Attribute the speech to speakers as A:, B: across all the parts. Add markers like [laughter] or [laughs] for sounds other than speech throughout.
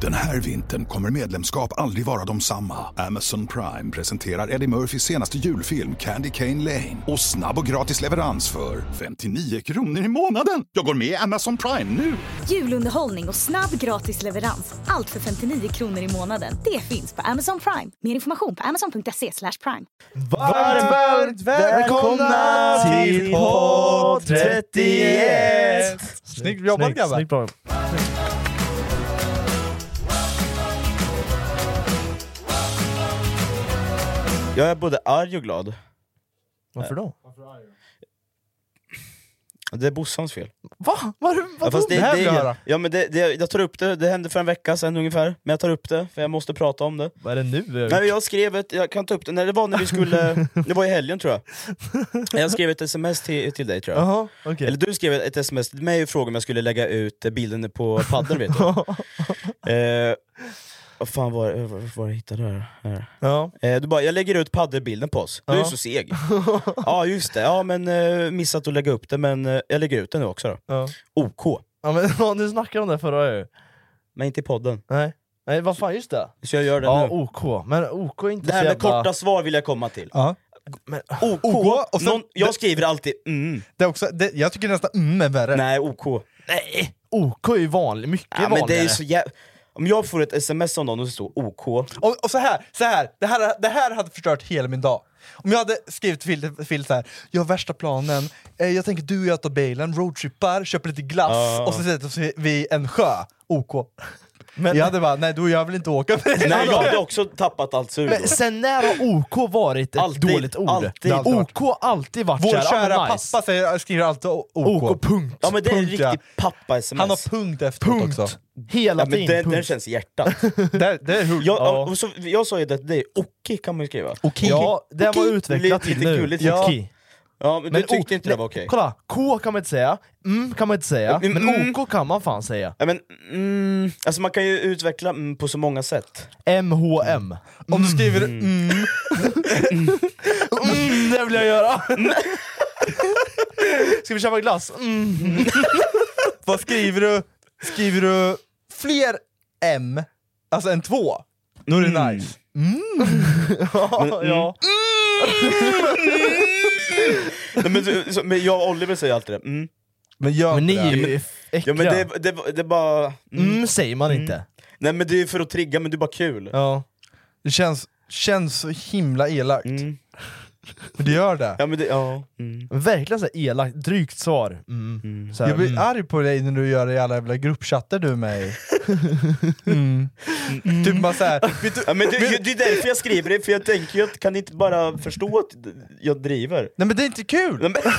A: Den här vintern kommer medlemskap aldrig vara de samma. Amazon Prime presenterar Eddie Murphys senaste julfilm Candy Cane Lane. Och snabb och gratis leverans för 59 kronor i månaden. Jag går med i Amazon Prime nu!
B: Julunderhållning och snabb gratis leverans. Allt för 59 kronor i månaden. Det finns på Amazon Prime. Mer information på amazon.se slash prime.
C: Varmt, varmt välkomna till podd 31! Snyggt jobbat grabbar!
D: Snyggt bra.
C: Jag är både arg och glad.
D: Varför då?
C: Det är Bossans fel.
D: Va? Var,
C: Ja,
D: vad
C: fast
D: det, här vill jag höra.
C: ja, men det, det, jag tar upp det, det hände för en vecka sedan ungefär, men jag tar upp det för jag måste prata om det.
D: Vad är det nu?
C: Nej, men jag skrev ett, jag kan ta upp det, när det var när
D: [laughs]
C: vi skulle, det var i helgen tror jag. Jag skrev ett sms till, till dig tror jag.
D: Jaha, okej.
C: Eller du skrev ett sms till mig och frågade om jag skulle lägga ut bilden på paddeln vet
D: [laughs]
C: du. eh, vad fan var, var, var jag hittade det här? här.
D: Ja.
C: Eh, du bara, jag lägger ut paddelbilden på oss. Du är
D: Ja.
C: så seg. ja just det, ja men eh, missat att lägga upp det men eh, jag lägger ut den nu också då.
D: Ja.
C: OK,
D: ja
C: [laughs]
D: men ja, nu snackade om det förra ju.
C: men inte i podden.
D: Nej. Nej, vad fan just det.
C: Så jag gör det
D: Ja,
C: nu.
D: OK. Men OK är inte
C: Det här
D: så
C: med
D: jävla...
C: korta svar vill jag
D: [laughs]
C: komma till.
E: Ja.
D: Men,
C: OK,
E: OK, och sen-
C: Någon, jag skriver alltid mm,
E: Det är också, det, jag tycker nästan mm är värre.
C: nej OK.
D: nej! OK är ju vanlig, mycket
C: Ja, men
D: vanligare.
C: det är så jä... Om jag får ett sms av någon och det står OK,
E: Och, och så här, så här, det här, det här hade förstört hela min dag. Om jag hade skrivit till Phil så här, jag har värsta planen, eh, jag tänker du och jag tar bilen, roadtrippar, köper lite glass
C: Ja.
E: och så sätter oss vid en sjö. OK.
D: Men-
E: jag hade bara, nej du jag vill inte åka med dig.
C: Nej, jag hade också tappat allt sur då.
D: Men sen när har OK varit ett
C: Alltid,
D: dåligt ord?
C: alltid.
D: OK har alltid varit
E: Vår
D: så här,
E: kära
D: ah, men nice.
E: pappa säger, skriver alltid OK.
D: OK, punkt.
C: Ja men det är en
E: punkt, ja.
C: riktig pappa-sms.
E: Han har punkt efteråt
D: punkt.
E: också.
D: Hela
C: ja,
D: tiden,
C: men den,
D: punkt.
C: den känns
D: [laughs]
C: i hjärtat.
E: Det, det är hur...
C: Jag,
D: Ja.
C: och så, jag sa ju det, det är OK kan man ju skriva.
E: Okej.
D: Ja, det var
C: Okej.
D: utvecklat
C: Lite-
D: till
C: lite
D: nu.
C: gulligt.
D: Ja.
C: Okej. Ja, men, du
D: O-
C: tyckte inte det var okej?
D: Kolla, K kan man inte säga, mm kan man inte säga,
C: Men-
D: men,
C: mm.
D: OK kan man fan säga.
C: Ja, men, mm, alltså man kan ju utveckla mm, på så många sätt.
D: MHM.
E: Om du skriver mm,
D: Mm, det vill jag [laughs] göra! Ska vi köpa glass? Mm.
E: vad skriver du? Skriver du fler M, alltså en två, då är
C: Mm.
E: det nice.
D: ja.
C: Nej, men, du- så, men jag och Oliver säger alltid det. Mm.
E: Men gör
D: Men ni
E: inte det.
D: är ju
C: Ja,
D: äckliga.
C: men det, det, det, är bara... Mm.
D: Mm säger man inte.
C: Nej men det är ju för att trigga, men det är bara kul.
D: Ja.
E: Det känns, känns så himla elakt.
C: Mm.
E: Men det gör det.
C: Ja, men det, ja. Mm.
D: Men Verkligen såhär elakt, drygt svar. Mm. Så här,
E: Jag blir
D: mm.
E: arg på dig när du gör det i alla jävla gruppchatter du med
C: [laughs]
E: i. Mm. Typ bara såhär, vet du,
C: Ja, men det, det är därför jag skriver det, för jag tänker ju att kan ni inte bara förstå att jag driver?
E: nej men det är inte kul!
C: Nej, men,
E: [laughs]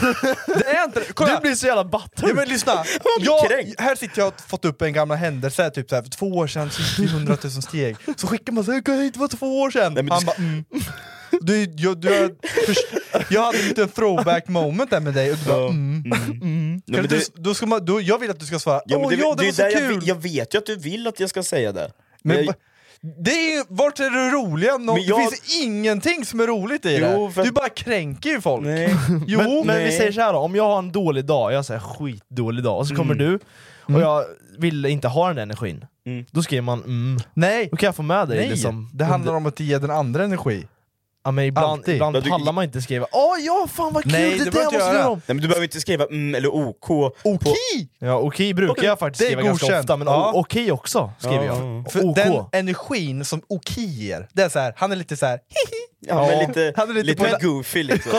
E: Det är inte det. Kolla!
D: Du blir så jävla batterd!
E: Ja,
C: [laughs]
E: men lyssna,
C: blir
E: jag,
C: kränkt.
E: här sitter jag och fått upp en gammal händelse, typ så här, för två år sedan så gick vi 100 000 steg, så skickar man såhär 'Det var två år sedan'
C: Nej, men
E: Han
C: du-
E: bara mm. du, jag, du, jag, jag hade lite throwback moment där med dig, och du bara,
C: ja.
E: mm.
C: Mm. Nej,
E: Kan
C: men
E: du,
C: det,
E: då ska man, då, jag vill att du ska svara
C: ja, men
E: 'Åh
C: det,
E: ja,
C: det är ju där
E: det, var så
C: jag,
E: kul'
C: vill- jag vet ju att du vill att jag ska säga det.
E: Men,
C: jag,
E: va- det är ju, vart är det roliga? Nå,
C: Men jag-
E: Det finns ingenting som är roligt i
C: Jo,
E: det.
C: för att-
E: Du bara kränker ju folk.
C: nej.
E: [laughs] Jo,
D: men, men vi
C: nej.
D: säger så här då, om jag har en dålig dag, jag säger skitdålig dag, och så kommer du och jag vill inte ha den där energin.
C: Mm.
D: Då skriver man mm.
E: nej,
D: Då kan jag få med dig
E: nej.
D: liksom.
E: det handlar om att ge den andra energi.
D: Ja, men ibland,
E: Alltid.
D: ibland
C: Ja, du-
D: pallar man inte skriva Åh ja, fan vad kul!
E: Nej,
D: det
E: det
D: där
E: behöver
D: måste
E: inte
D: vi
E: göra.
D: göra om!
C: Nej, men du behöver inte skriva mm eller OK. OK? På,
D: Ja, okej brukar
E: Okej,
D: jag faktiskt
E: det är
D: skriva ganska
E: godkänt.
D: ofta, men
E: Ja.
D: o- okej också skriver
C: Ja.
D: jag.
E: För
D: OK.
E: den energin som Oki ger, det är så här, han är lite så här.
C: ja, men
E: Ja.
C: lite,
E: Han är
C: lite,
E: lite på-
C: goofy liksom.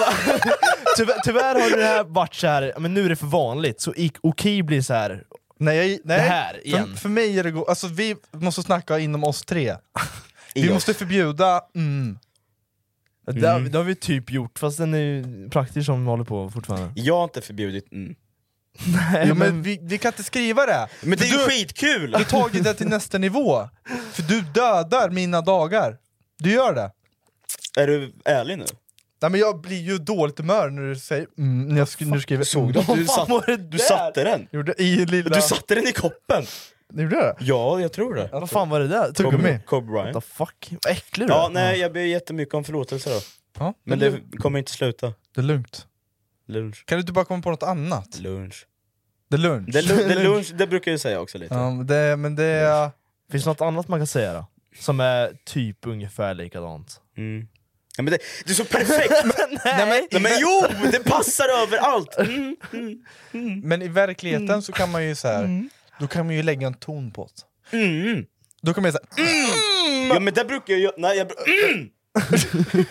D: Tyvärr, tyvärr har det här varit så här, men nu är det för vanligt, så i- okej blir så här.
E: Nej, jag, nej.
D: Det här igen.
E: För, för mig är det go- alltså vi måste snacka inom oss tre.
C: I
E: Vi
C: oss. Mm.
E: måste förbjuda, mm.
D: Det, har, det har vi typ gjort, fast den är ju praktisk som vi håller på fortfarande.
C: Jag har inte förbjudit mm.
E: Jo, men vi, vi kan inte skriva det.
C: Men Alltså, det är ju
E: du,
C: skitkul!
E: du har tagit det till nästa nivå. För du dödar mina dagar. Du gör det.
C: Är du ärlig nu?
E: Nej, men jag blir ju dåligt humör när du säger mm, när jag sk- när du skriver
C: Såg du
E: mm.
C: att du,
D: Vad fan
C: satt,
D: var det
C: du
D: där?
C: satte den?
E: Gjorde i lilla...
C: Du satte den i koppen!
E: Gjorde jag det?
C: Ja, jag tror det.
D: Vad fan var det där?
E: Tuggummi.
C: Kobe
D: What
C: Bryant.
D: the fuck? Vad äcklig du
C: Ja,
D: är.
C: nej, jag ber jättemycket om förlåtelse då.
E: Ja,
C: Men det kommer inte sluta.
E: det är lugnt.
C: Lunch.
E: Kan du inte bara komma på något annat?
C: Lunch.
E: Det är lunch.
C: Det, är lu- det, är lunch, det brukar jag ju säga också lite.
E: Ja, men det, men det är...
D: Finns det något annat man kan säga då? Som är typ ungefär
E: [laughs]
D: likadant?
C: Mm. Ja, men det, det är så perfekt!
D: [laughs]
C: men, nej, men, nej, men jo! Det passar överallt! Mm.
E: Men i verkligheten så kan man ju så här,
C: Mm.
E: då kan man ju lägga en ton på det. Då kan man ju
C: Mm.
E: säga
C: Ja, men där brukar jag... Nej, jag br-
D: [laughs]
C: mm.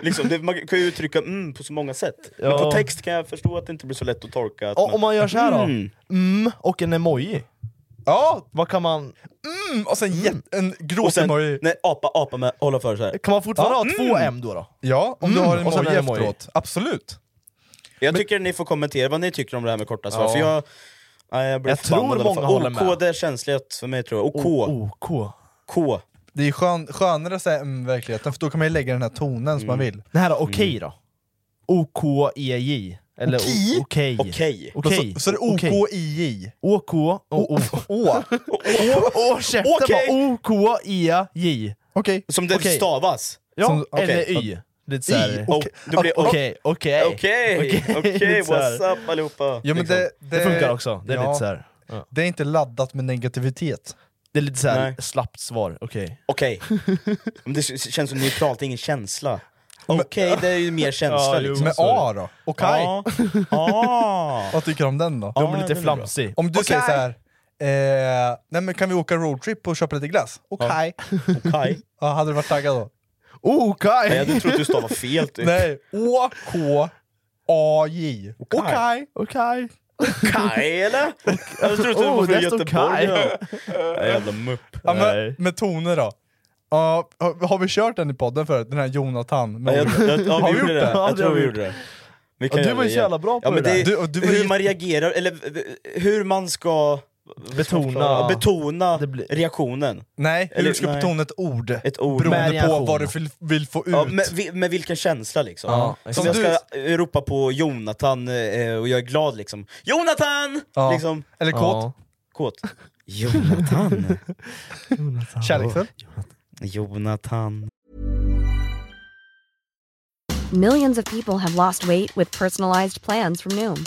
C: liksom, det, man kan ju uttrycka mm på så många sätt. Men på
D: Ja.
C: text kan jag förstå att det inte blir så lätt att tolka. Att
D: Och, om man gör så här då?
C: Mm.
D: Mm. och en emoji.
E: ja,
D: Vad kan man...
E: mm, och sen jätte- en
C: och
E: gråt
C: sen,
E: emoji.
C: nej, apa, apa med, hålla för så här.
D: Kan man fortfarande ha två M då? då?
E: Ja, om du
D: Mm,
E: har en
D: och sen
E: emoji
D: en emoji.
E: efteråt. Absolut.
C: Jag tycker ni får kommentera vad ni tycker om det här med korta svar,
D: Ja.
C: för jag... Nej, jag, blir
D: Jag tror
C: förbannad i alla
D: många
C: fall.
D: håller med.
C: OK, det är känsligt för mig tror jag. Och K.
D: OK.
C: K.
E: Det är ju skön, skönare att säga mm i verkligheten, för då kan man ju lägga den här tonen som man vill.
D: Det här är okej då? OKEJ. Eller
E: Okej?
D: o- okej.
C: Okej.
D: Okej.
E: Så, så det är
D: Okej.
E: OKIJ.
D: OK och O.
E: Å.
D: Åh käften
C: Okej.
D: bara! E, O-K-E-J.
E: Okej.
C: Som det
D: Okej.
C: stavas.
D: Ja,
E: Som- okej.
D: eller Y. Lite
E: Y,
D: såhär...
C: Och, det blir och-
D: Okej, okej.
C: Okej,
D: Okej,
C: [laughs] okej,
D: lite [laughs] så här.
C: what's up allihopa?
E: Ja, men
D: Liksom.
E: det,
D: Det funkar också, det är
E: ja,
D: lite såhär... Ja.
E: Det är inte laddat med negativitet.
D: Det är lite såhär
C: Nej.
D: slappt svar, okej.
C: Okej.
D: [laughs]
C: Men det k- känns som neutralt, det är ingen känsla. Okej, det är ju mer
D: [laughs]
C: känsla
D: Ja, jo.
C: liksom.
E: Med A då? Okej.
C: Ja. Ah.
E: Vad tycker du om den då?
C: Ja,
D: De är
C: den
D: lite
C: är
D: flamsig.
E: Om du säger så här. Eh, nej men kan vi åka roadtrip och köpa lite glass? Okej.
C: Okej.
E: Ja, hade du varit
D: [laughs]
E: taggad då?
C: Nej,
D: Okej!
C: Jag hade trott du stavade fel typ.
E: Nej, Å, K, A, J.
C: Okej.
D: Okej.
C: Kaj eller? Jag trodde du
D: Oh,
C: var från
D: där står
C: Göteborg.
D: Kaj.
C: ja. Ja, Jävla mupp.
E: Ja, men,
D: Nej.
E: med toner då. Ja, har, har vi kört den i podden förut? Den här Jonathan?
C: Ja,
E: med
C: jag,
E: orden?
C: jag, ja, vi gjorde det?
D: Ja,
C: Jag
D: det
C: tror
D: har
C: vi
D: vi
C: gjorde det. Vi
D: Ja, du
C: göra
D: var ju så
C: det igen.
D: jävla bra på
C: ja, men
D: det
C: det
D: där.
E: Du- och du var
C: hur
E: ju-
C: man reagerar, eller v- v- hur man ska
D: Betona.
C: Ja, betona
D: Det blir-
C: reaktionen.
E: nej,
C: Eller-
E: eller, du ska
C: nej.
E: betona ett ord.
C: Ett ord.
D: Med
E: beroende på
D: reaktion.
E: vad du vill, vill få ut.
C: Ja, med, vi- med vilken känsla liksom.
D: Ja,
C: Som
D: exakt.
C: jag
E: Som
C: ska ropa på Jonathan eh, och jag är glad liksom. Jonathan!
E: Ja.
C: Liksom,
E: Eller
D: Ja.
E: kåt.
C: kåt.
D: [laughs]
C: Jonathan.
E: Kärleksfull.
C: Jonathan.
F: Millions of people have lost weight with personalized plans from Noom,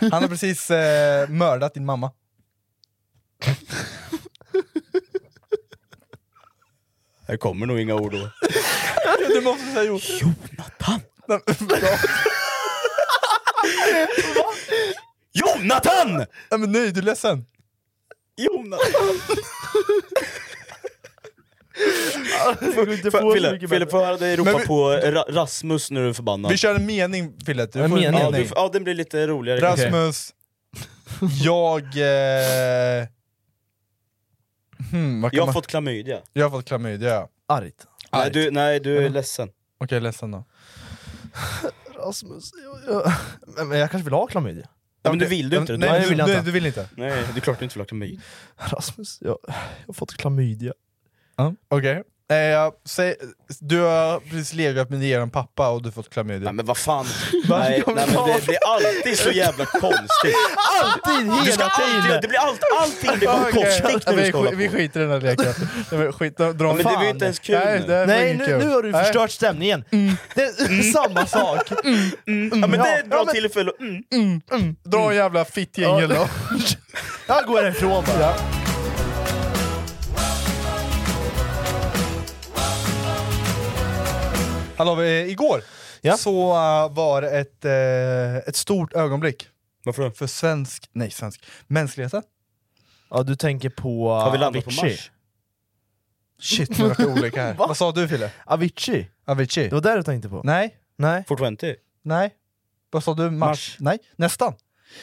E: Han har precis eh, mördat din mamma.
C: Här kommer nog inga ord då.
E: [laughs] Du måste säga jo.
C: Jonathan! [laughs] Jonathan!
E: Nej, men nej, du är ledsen.
C: Jonathan!
D: Det går inte att få så
C: Fille,
D: mycket
C: Fille,
D: bättre.
C: får jag höra dig ropa
E: Men vi-
C: på Ra- Rasmus när du är förbannad?
E: Vi kör en mening, Fille. Du
D: En
E: får en
D: mening.
C: ja,
E: mening.
C: du, ja, den blir lite roligare. kanske.
E: Rasmus, jag... Eh, hmm, vad kan
C: Jag har
E: man,
C: fått klamydia.
E: jag har fått klamydia. ja.
D: Argt.
C: Nej du, nej, du är ledsen.
E: Okej, ledsen då.
D: Rasmus, jag, jag, Nej, men jag kanske vill ha klamydia?
C: Ja, men du vill du inte. det.
E: Nej,
D: jag
E: du,
D: vill
E: nej,
D: inte.
E: du vill inte.
C: Nej, det är klart du inte vill ha klamydia.
D: Rasmus, jag, jag har fått klamydia.
E: Ja, Okej. Eh, säg, du har precis legat med er pappa och du fått
C: Nej
E: klamydia.
C: men vad
E: [laughs]
C: fan, nej, nej, men det, det är alltid så jävla konstigt.
E: Alltid,
C: Du ska
E: hela
C: alltid,
E: tiden!
C: det blir alltid, allting blir bara
E: Okej,
C: konstigt när du
E: vi,
C: ska
E: sk-
C: hålla på.
E: vi skiter i den här leken. Nej, men skit, dra
C: men det
E: fan.
C: var ju inte ens kul
E: Nej,
C: nu.
E: det var
D: Nej, Mm.
E: inget
D: nu,
E: kul.
D: nu har du
E: Nej.
D: förstört stämningen. Det är samma sak.
C: Ja men det är ett bra
E: Ja, men-
C: tillfälle att- mm.
E: Dra en jävla fittjingel då.
D: Jag går härifrån bara.
E: [laughs] Ja. Hallå, eh, igår
D: Ja.
E: så eh, var det ett, eh, ett stort ögonblick
C: Varför då?
E: för svensk, nej svensk, mänskligheten.
D: Ja, du tänker på
C: Har vi landat på Mars?
E: Shit, nu vart det
C: [laughs]
E: olika här.
D: Va?
E: Vad sa du Fille?
D: Avicii?
E: Avicii?
D: Det var där du tänkte på?
E: Nej,
D: Nej.
C: 420?
E: nej. Vad sa du? Mars?
C: Mars.
E: Nej, nästan.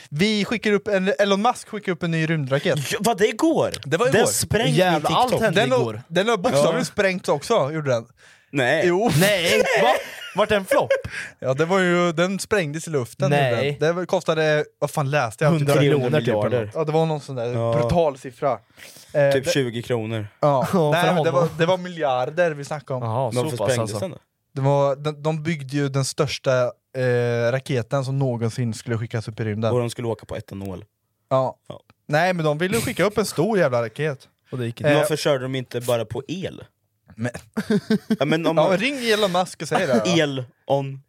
E: Vi skickar upp en, Elon Musk skickar upp en ny rymdraket.
C: Ja, vad det går?
E: Det var igår.
C: Den sprängde min
D: Jävlar, allt
C: TikTok.
D: hände
E: Den har,
D: igår.
E: den har bokstavligen
C: Ja.
E: sprängts också, gjorde den.
C: Nej.
E: Jo.
D: Nej! Va? Vart det en flopp?
E: Ja, det var ju, den sprängdes i luften.
D: Nej.
E: gjorde den. Det kostade, vad fan läste jag?
D: 100
E: Typ-
D: miljoner typ. eller
C: miljarder.
D: något.
E: Ja, det var någon sån där
C: Ja.
E: brutal siffra. Eh,
C: Typ
E: det,
C: 20 kronor.
E: ja.
D: Ja, för
E: Nej, men det,
D: honom.
E: var, det var miljarder vi snackade om.
D: Jaha,
C: Men
D: så
C: varför
D: pass
C: sprängdes
D: alltså.
C: den då?
E: Det var, de, de byggde ju den största eh, raketen som någonsin skulle skickas upp i rymden.
C: Och de skulle åka på etanol.
E: Ja.
C: Ja.
E: Nej, men de ville skicka upp en stor jävla raket.
D: Och det gick inte.
C: Men
E: Eh,
C: varför körde de inte bara på el?
E: Men-
C: ja, men om
E: Ja,
C: man...
E: ring Elon Musk och säg det. då.
C: El on...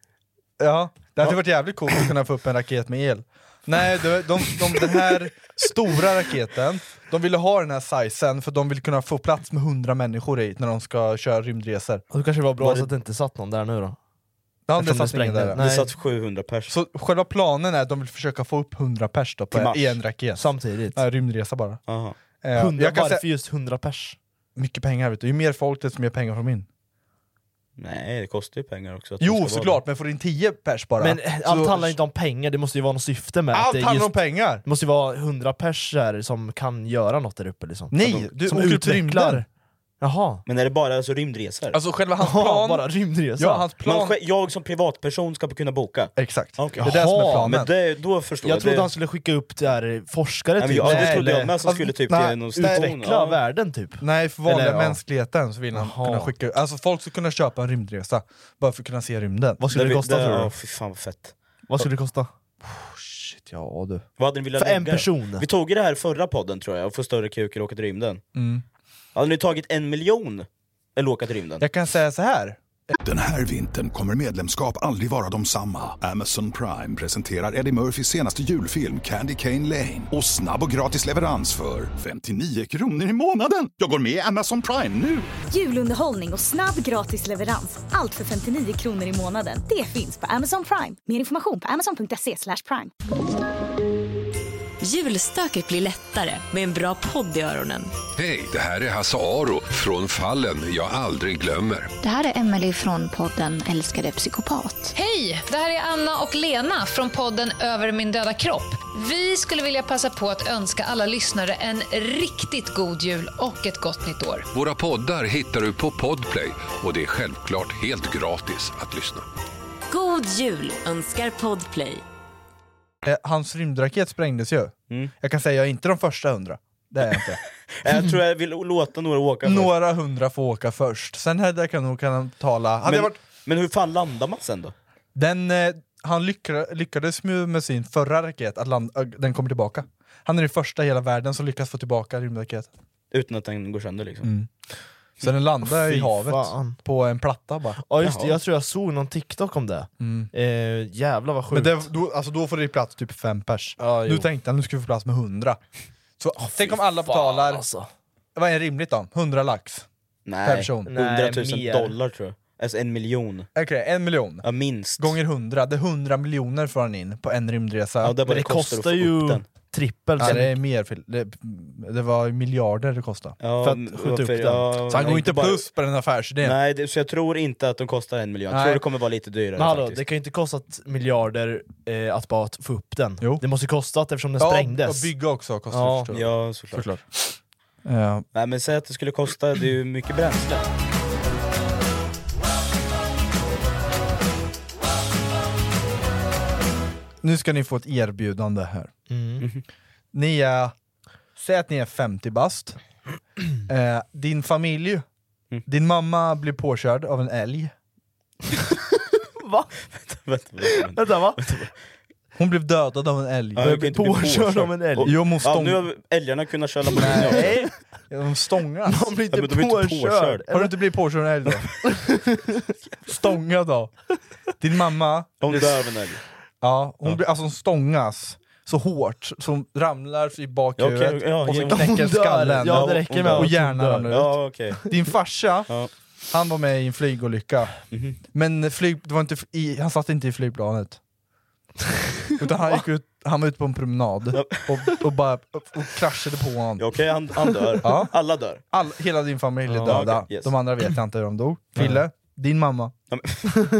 E: Ja, det hade varit jävligt coolt att kunna få upp en raket med el. Nej, de, de, de, den här stora raketen, de ville ha den här sizen för de vill kunna få plats med 100 människor i när de ska köra rymdresor.
D: Och Då kanske det var bra
E: Var det-
D: så att det inte satt någon där nu då.
E: Ja, det
D: Eftersom
E: satt ingen
D: sprängde.
E: där.
D: Nej.
C: Det satt 700 pers.
E: Så själva planen är att de vill försöka få upp 100 pers då
C: Till
E: på
C: Mars.
E: i en raket.
D: Samtidigt.
E: Ja, rymdresa bara.
C: Aha.
E: Eh,
D: 100,
E: jag kan
D: varför
E: säga,
D: just 100 pers?
E: mycket pengar vet du, ju mer folk desto mer pengar får de in.
C: Nej, det kostar ju pengar också. att de ska
E: Jo
C: vara
E: såklart, men får in 10 pers bara.
D: Men eh, allt
E: så-
D: handlar inte om pengar, det måste ju vara något syfte med att
E: Allt
D: det
E: handlar
D: just,
E: om pengar!
D: Det måste ju vara 100 pers här som kan göra något där uppe liksom.
E: Nej,
D: Som-
E: du
D: som
E: åker till
D: utvecklar.
E: rymden.
D: Jaha.
C: där. Men är det bara alltså, rymdresor?
E: Alltså själva hans
D: Jaha,
E: plan...
D: bara rymdresa?
E: ja, hans
C: man,
E: plan...
C: sj- jag som privatperson ska kunna boka?
E: Exakt.
C: Okej.
E: Det är det som är
D: Jaha,
E: planen.
C: Men det, då förstår
D: jag trodde
C: det...
D: han skulle skicka upp där forskare
C: Nej,
D: typ.
C: men jag, det trodde
D: eller
C: jag med, som
E: Alltså,
C: skulle typ
E: nej,
C: till någon station.
D: Utveckla
C: Ja.
D: världen typ.
E: Nej, för vanliga
D: Eller, ja.
E: mänskligheten så vill han
D: Jaha.
E: kunna skicka... Alltså folk ska kunna köpa en rymdresa, bara för att kunna se rymden.
D: Vad skulle det,
C: vi-
D: kosta tror du?
C: Ja, fy fan vad fett.
D: Vad skulle det kosta?
E: Shit, ja du.
C: Vad hade ni velat
D: För en
C: lägga?
D: person?
C: Vi tog ju det här förra podden tror jag, att få större kuk eller åka till rymden.
E: Mm.
C: Hade ni tagit en miljon eller åka till rymden?
E: Jag kan säga så här.
A: Den här vintern kommer medlemskap aldrig vara de samma. Amazon Prime presenterar Eddie Murphys senaste julfilm Candy Cane Lane. Och snabb och gratis leverans för 59 kronor i månaden. Jag går med i Amazon Prime nu!
B: Julunderhållning och snabb gratis leverans. Allt för 59 kronor i månaden. Det finns på Amazon Prime. Mer information på amazon.se slash prime.
G: Julstöket blir lättare med en bra podd i öronen.
H: Hej, det här är Hasse Aro från Fallen jag aldrig glömmer.
I: Det här är Emily från podden Älskade psykopat. Hej! Det här är Anna och Lena från podden Över min döda kropp. Vi skulle vilja passa på att önska alla lyssnare en riktigt god jul och ett gott nytt år.
H: Våra poddar hittar du på Podplay och det är självklart helt gratis att lyssna.
G: God jul önskar Podplay.
E: eh, Hans rymdraket sprängdes ju.
C: Mm.
E: Jag kan säga jag är inte de första hundra. Det är jag inte.
C: Jag tror jag vill låta några åka först.
E: Några hundra får åka först. Sen hade jag kan nog kan tala... Hade
C: men,
E: jag varit,
C: men hur fan landar man sen då?
E: den, eh, han lyckades, lyckades ju med sin förra raket, att land, ö, den kommer tillbaka. Han är den första i hela världen som lyckas få tillbaka rymdraketen.
C: Utan att den går sönder liksom.
E: Mm. Så den landade i
D: Fy
E: havet,
D: fan.
E: på en platta bara.
D: Ja just det,
C: Jaha.
D: jag tror jag såg någon TikTok om det.
E: Mm.
D: Eh, jävlar vad sjukt.
E: Men det, då, alltså då får det plats typ fem pers.
D: Ja, jo.
E: nu tänkte han nu ska vi få plats med hundra. Så tänk om alla
D: Fan,
E: betalar,
D: alltså.
E: vad är rimligt då? 100 lax? Per
C: Nej,
E: person.
C: 100 000
D: Nej, mer.
C: dollar tror jag. Alltså en miljon.
E: Okej, en miljon.
C: Ja, minst.
E: Gånger 100, det är 100 miljoner får han in på en rymdresa.
C: Ja,
E: Ja,
C: det
E: det,
C: är
D: Men
C: vad
D: det
C: det kostar,
D: kostar
C: att få
D: ju
C: upp den.
D: trippel. typ.
E: är mer, Phil. det, det var ju miljarder det kostade.
C: Ja,
D: för att skjuta upp
C: varför-
D: den.
C: ja,
E: Så han
C: nej,
E: går inte
C: bara-
E: plus på den affärsidén.
C: Nej, det, så jag tror inte att de kostar en miljon. Jag
E: Nej.
C: tror det kommer vara lite dyrare
D: Men hallå,
C: faktiskt.
D: det kan ju inte kostat miljarder eh, att bara att få upp den.
E: Jo.
D: Det måste ju kostat eftersom den
E: Ja, och
D: sprängdes.
E: bygga också kostar
D: Ja,
E: ja, förstås.
C: Ja, såklart.
E: Ja.
C: Nej, men säg att det skulle kosta, det är ju mycket bränsle. [laughs]
E: Nu ska ni få ett erbjudande här. Ni [clears throat] är, säg att ni är 50 bast. Eh, din familj
C: Mm.
E: Din mamma blir påkörd av en älg.
C: Vänta,
D: Vänta va?
E: Hon blev dödad av en älg.
C: Ja, jag kan inte bli påkörd. Och-
E: Jo, men hon
C: ja,
E: stång...
C: nu har älgarna kunnat köra Lamborghini också.
E: Nej, de stångas.
D: Man blir inte
C: Ja, men de är inte påkörd. påkörd.
E: Har du inte blivit påkörd av en älg då?
C: [laughs]
E: Stångad då? Din mamma...
C: Hon dör av en älg.
E: Ja, hon, Blir, alltså hon stångas så hårt så hon ramlar i bakhuvudet
C: Ja, okej, ja,
E: och så
C: hon
E: knäcker
D: dör.
E: skallen.
D: Ja, det räcker med
E: och
D: att hon
E: hjärnan
D: dör.
E: ramlar ut.
C: Ja, okej.
E: Din farsa,
C: Ja. Mhm.
E: han var med i en flygolycka. Men flyg, det var inte f- i, han satt inte
C: [laughs]
E: i flygplanet. Utan han, gick ut, han var ute på en promenad och, och bara och kraschade på honom.
C: Ja, Okej, han, han dör.
E: Ja.
C: Alla dör.
E: All, hela din familj är
C: Ja,
E: döda,
C: okej, yes.
E: de andra vet jag inte hur de dog. Fille, din mamma.
C: Vart vill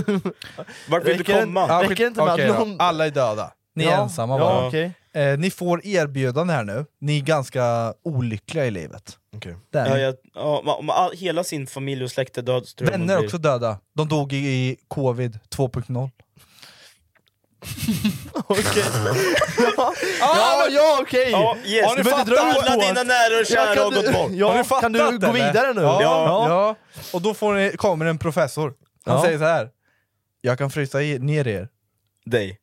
D: Räcker
C: du
D: det-
C: komma?
D: Ja, räcker det inte med
E: Okej
D: att
E: då,
D: någon...
E: alla är döda. Ni är
D: Ja,
E: ensamma bara.
D: Ja, okej.
E: Eh, ni får erbjudande här nu, ni är ganska olyckliga i livet.
D: Okej.
E: Där.
C: Ja, jag, ja, ma- om all, hela sin familj och släkt är död så tror jag man
E: Vänner
C: blir-
E: också döda, de dog i, i covid 2.0.
D: Okej. ja, ja okej!
C: Ja, yes.
D: Har ni
C: Men
D: fattat?
C: Alla
D: Johan?
C: dina nära och
D: Ja,
C: kära
D: kan
C: har
D: du-
C: gått bort.
D: Ja,
E: Har ni fattat
D: kan du gå
E: eller?
D: vidare nu?
E: Ja, ja.
D: Ja.
E: och då får ni, kommer en professor, han
D: Ja.
E: säger så här. Jag kan frysa i, ner er.
C: Dig.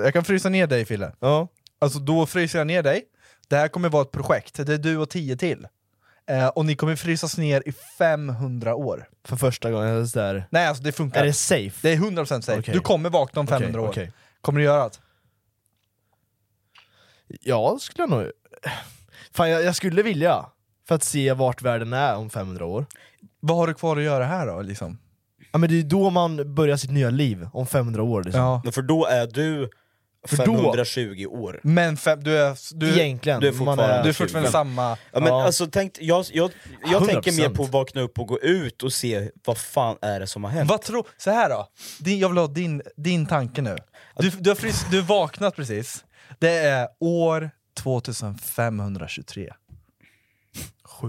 E: Jag kan frysa ner dig Fille.
D: Ja.
E: Alltså då fryser jag ner dig, det här kommer vara ett projekt, det är du och tio till. Eh, och ni kommer frysas ner i 500 år.
D: För första gången, eller sådär.
E: Nej alltså det funkar.
D: Är det safe?
E: Det är 100% säkert.
D: Okej.
E: Du kommer vakna om 500 år.
D: okej.
E: Kommer du göra det?
D: Ja, det skulle jag nog... Fan, jag, jag skulle vilja. För att se vart världen är om 500 år.
E: Vad har du kvar att göra här då? Liksom?
D: Ja, men det är ju då man börjar sitt nya liv, om 500 år. Liksom.
E: Ja.
C: För då är du
D: då-
C: 520 år.
E: Men fem, du är, du,
D: Egentligen.
C: du är fortfarande-
E: du är fortfarande samma...
C: Ja, men
D: Ja.
C: Alltså, tänk, jag jag, jag
D: 100%.
C: tänker mer på att vakna upp och gå ut och se vad fan är det som har hänt.
E: Vad tror... Så här då, din, jag vill ha din, din tanke nu. Du, du, har frys, du har vaknat precis, det är år 2523.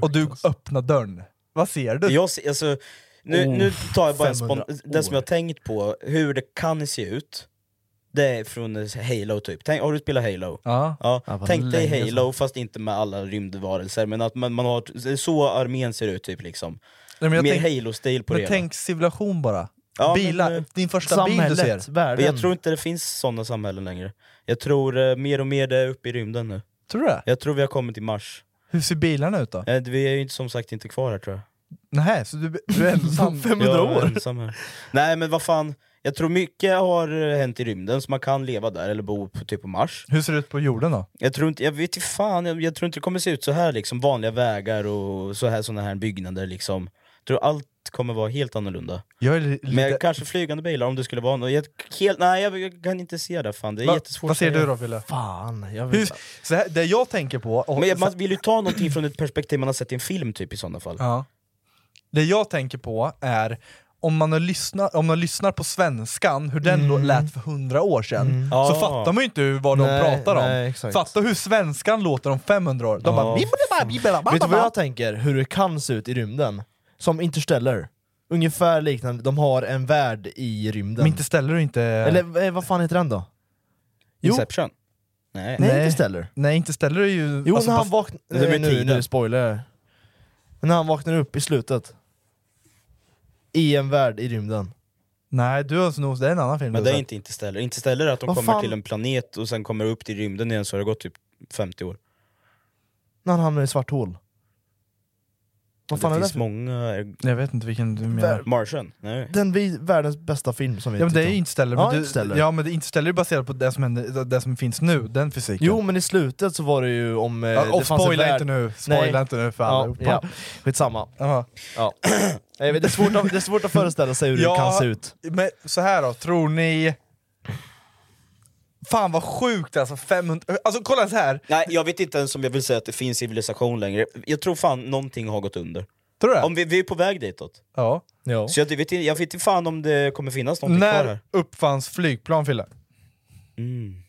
E: Och du
C: alltså.
E: öppnar dörren. Vad ser du?
C: Jag, ser- alltså, nu, nu tar jag bara en spon-
D: 500
C: det som
D: år.
C: jag har tänkt på, hur det kan se ut. Det är från eh, Halo typ. Tänk, har du spelat Halo?
E: Ja.
C: Ja,
D: Ja, vad
C: tänk dig
D: länge sedan.
C: Halo fast inte med alla rymdvarelser, men att man, man har, det är så armén ser ut typ liksom.
E: Nej, men jag
C: Mer
E: tänk,
C: Halo-stil på det
E: men
C: hela.
E: tänk civilization bara.
C: Ja, men,
E: Bilar,
C: eh,
E: din första bil du
D: Samhället,
E: ser.
D: världen.
C: Men jag tror inte det finns sådana samhällen längre. Jag tror eh, mer och mer det är uppe i rymden nu.
E: Tror du det?
C: Jag tror vi har kommit till Mars.
E: Hur ser bilarna ut då?
C: Eh, Vi är ju inte, som sagt inte kvar här tror jag.
E: Nej, så du, du
C: [laughs]
E: är ensam?
D: 500
C: jag är
D: år?
C: ensam här. Nej men vad fan, jag tror mycket har eh, hänt i rymden så man kan leva där eller bo på, typ på Mars.
E: Hur ser det ut på jorden då?
C: Jag tror inte, jag vet inte fan, jag, jag tror inte det kommer se ut så här liksom, vanliga vägar och så här, såna här byggnader liksom. Jag tror allt kommer vara helt annorlunda.
E: Jag är li- lite...
C: Men kanske flygande bilar om det skulle vara något. Jag, helt, nej jag, jag kan inte se det fan, det är
E: Va-
C: jättesvårt.
E: Vad
C: att
E: ser
C: säga.
E: du då Wille?
D: Fan, jag
E: Hur,
D: vet
E: så här, det jag tänker på... Och,
C: Men man vill ju ta någonting från ett perspektiv man har sett i en film typ i sådana fall.
E: ja. Det jag tänker på är om man, har lyssnat, om man lyssnar på svenskan, hur den mm. lät för hundra år sedan, så
C: Ja.
E: fattar man ju inte hur- vad de
D: Mm. Nej,
E: pratar om.
D: nej, exakt.
E: Fatta hur svenskan låter om 500 år. De
D: Ja.
E: bara... "Bibbidi-ba, bibbidi-ba,
D: Vet du vad
E: ba,
D: jag tänker? Hur det kan se ut i rymden? Som Interstellar. Ungefär liknande, de har en värld i
E: ba."
D: rymden.
E: Men inte ställer du inte...
D: Eller eh, vad fan heter den då? Jo,
C: Inception? Nej.
D: nej,
E: Nej.
D: Interstellar.
E: Nej, inte ställer du ju...
D: Jo,
E: alltså,
D: när han
E: fast-
D: vaknar...
C: det blir
D: Nu, nu,
C: tiden.
D: nu spoilar jag. Men När han vaknar upp i slutet. I en värld i rymden.
E: Nej, du har alltså nog... Det är en annan film
C: Men
E: du
C: det är
E: har
C: inte Interstellar. Interstellar är att de
D: Vad
C: kommer
D: fan?
C: till en planet och sen kommer upp till rymden igen så har det gått typ 50 år.
D: När han hamnar i ett svart hål. Vad fan
C: det
D: är det
C: finns
D: för...
C: många... eh,
E: sett. Jag vet inte vilken du menar.
D: Vär-
C: Martian? Nej.
D: Den vi, världens bästa film som vi
E: Ja men det är
D: tittar
E: ju
D: på.
E: Interstellar,
D: Ja,
E: men
D: Interstellar.
E: du, ja, men det Interstellar är baserat på det som, händer, det som finns nu, den fysiken.
D: Jo men i slutet så var det ju om... eh,
E: ja, och
D: det fanns en
E: spoila
D: värld-
E: inte nu, spoila
D: Nej.
E: inte nu för
D: Ja,
E: allihopa.
D: ja, skitsamma.
E: Jaha.
D: Ja. Nej, men det, är svårt att, det är svårt att föreställa sig hur
E: Ja.
D: det kan se ut.
E: Men så här då, tror ni... Fan vad sjukt alltså, 500... Alltså kolla så här.
C: Nej, jag vet inte ens om jag vill säga att det finns civilisation längre. Jag tror fan någonting har gått under.
E: tror du det?
C: Om vi, vi är på väg ditåt.
E: Ja.
C: Så jag vet, inte- jag vet inte fan om det kommer finnas någonting kvar
E: När
C: här.
E: uppfanns flygplan Fille?
C: Mm.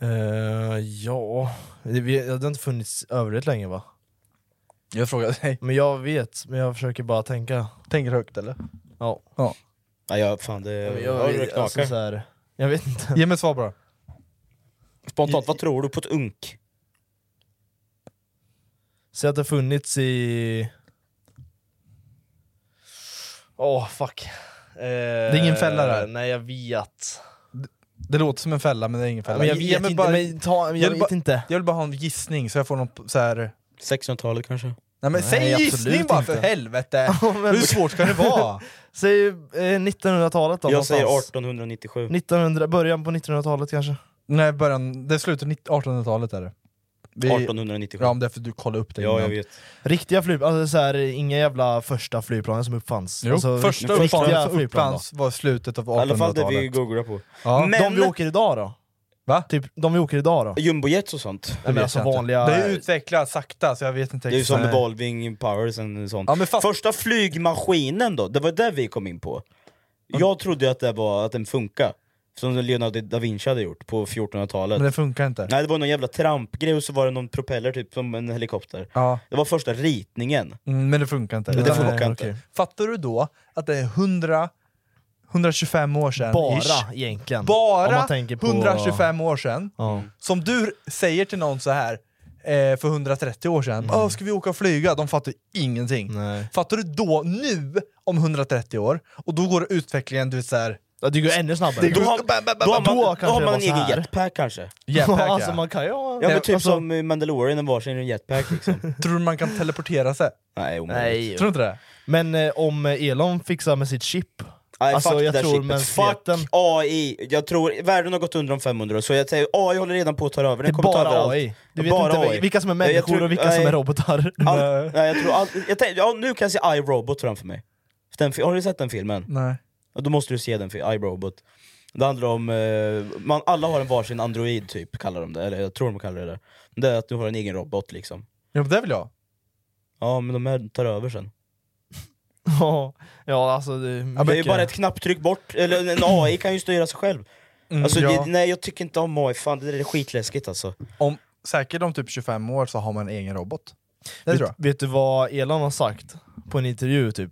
D: Eh, ja, det, vi, det har inte funnits övrigt länge va?
E: Jag frågade dig.
D: Men jag vet, men jag försöker bara tänka.
E: Tänker högt eller?
D: Ja.
C: Nej, jag, fan det...
D: Jag,
C: Ja, det knakar.
D: alltså, så här, jag vet inte.
E: Ge mig ett svar bara.
C: Spontant, vad tror du på ett unk?
D: Säg att det har funnits i Åh, fuck. det
E: är ingen fälla där.
D: Nej, jag vet.
E: Det låter som en fälla men det är ingen fälla.
D: Men jag
E: Ge-
D: vet
E: ge mig
D: inte, men ta- jag
E: vill
D: vet
E: bara-
D: inte.
E: Jag vill bara ha en gissning så jag får någon p- så här.
C: 1600-talet kanske? Nej
E: men
D: Nej,
E: säg
D: absolut
E: gissning bara för
D: inte.
E: helvete!
D: Ja, men-
E: Hur svårt kan det vara?
D: [laughs] Säg eh, 1900-talet då.
C: Jag säger
D: någonstans.
C: 1897.
D: 1900, början på 1900-talet kanske.
E: Nej, början, det är slutet av 1800-talet är det. Vi-
C: 1897.
E: Ja, men det är för att du kollade upp det
C: Ja,
E: innan.
C: jag vet.
D: Riktiga flygplan, alltså så här, inga jävla första flygplanen som uppfanns.
E: Jo,
D: Alltså,
E: första
D: riktiga
E: uppfann-
D: flygplan då.
E: uppfanns var slutet av
C: I alla fall det vi
E: 1800-talet.
C: googlar på.
E: Ja.
C: Men-
D: De vi åker idag då?
E: Va?
D: Typ, de vi åker idag då?
C: Jumbojets och sånt.
D: Nej, men alltså vanliga...
E: Det är utvecklat sakta så jag vet inte
C: Det är ju som
E: exakt.
C: med Volving Powers och sånt.
E: Ja, men fast-
C: Första flygmaskinen då, det var där vi kom in på. Jag trodde ju att det var att den funkar som Leonardo da Vinci hade gjort på 1400-talet.
E: Men det funkar inte.
C: Nej det var någon jävla trampgrej och så var det någon propeller typ som en helikopter.
E: Ja.
C: Det var första ritningen.
E: Mm, men det funkar inte.
C: Det
E: Nej,
C: funkar
E: okej.
C: inte.
E: Fattar du då att det är 100, 125 år sedan
D: Bara
E: ish,
D: egentligen. Om
E: bara
D: man tänker på-
E: 125 år sedan,
D: Ja.
E: som du säger till någon så här eh, för 130 år sedan, "Åh, ska vi åka och flyga? De fattar ingenting.
D: Mm. Nej.
E: Fattar du då, nu, om 130 år, och då går utvecklingen, du vet såhär...
D: Ja, det går ännu snabbare.
E: Det går,
C: Då
E: [laughs]
C: har-
E: bam, bam, bam,
C: Då har
E: bam,
C: man,
E: då
C: då
D: kanske
C: har
D: det
C: man
D: var
C: en
D: så
C: egen
D: här.
C: jetpack kanske.
E: Jetpack, ja.
D: alltså, man kan ju... ha-
C: Ja men typ
D: alltså-
C: som i Mandalorian, den varsin en jetpack liksom.
E: Tror du man kan teleportera sig?
C: Nej omöjligt. Nej,
D: Nej.
E: Tror du inte det?
D: Men eh, om Elon fixar med sitt chip, Alltså,
C: fuck
D: jag
C: det där
D: tror
C: chippet. Fuck
D: mänskligheten-
C: AI. Jag tror världen har gått under om 500 år, så jag säger AI håller redan på att ta över. Den
D: det är
C: kommer ta över
D: bara
C: allt.
D: AI. Du vet
C: Bara
D: inte
C: AI.
D: vilka som är
C: Jag
D: människor
C: tror-
D: och vilka
C: nej.
D: som är robotar.
C: Allt, nej, jag tror allt, jag tänkte, ja, nu kan jag se iRobot framför mig. Den, fi- har du sett den filmen?
E: Nej.
C: Ja, Då måste du se den, för iRobot. Det handlar om, eh, man, alla har en varsin android typ, kallar de det, eller jag tror de kallar det det. Det är att du har en egen robot liksom.
E: Ja, men det vill jag.
C: Ja men de här tar över sen.
D: Ja, ja alltså det är
C: det är ju
D: mycket.
C: bara ett knapptryck bort, eller en AI kan ju styra sig själv. alltså,
E: Mm, ja.
C: det, nej jag tycker inte om AI, fan det där är skitläskigt alltså.
E: Om, säkert om typ 25 år så har man en egen robot. Det tror
D: vet,
E: jag.
D: vet du vad Elon har sagt på en intervju typ?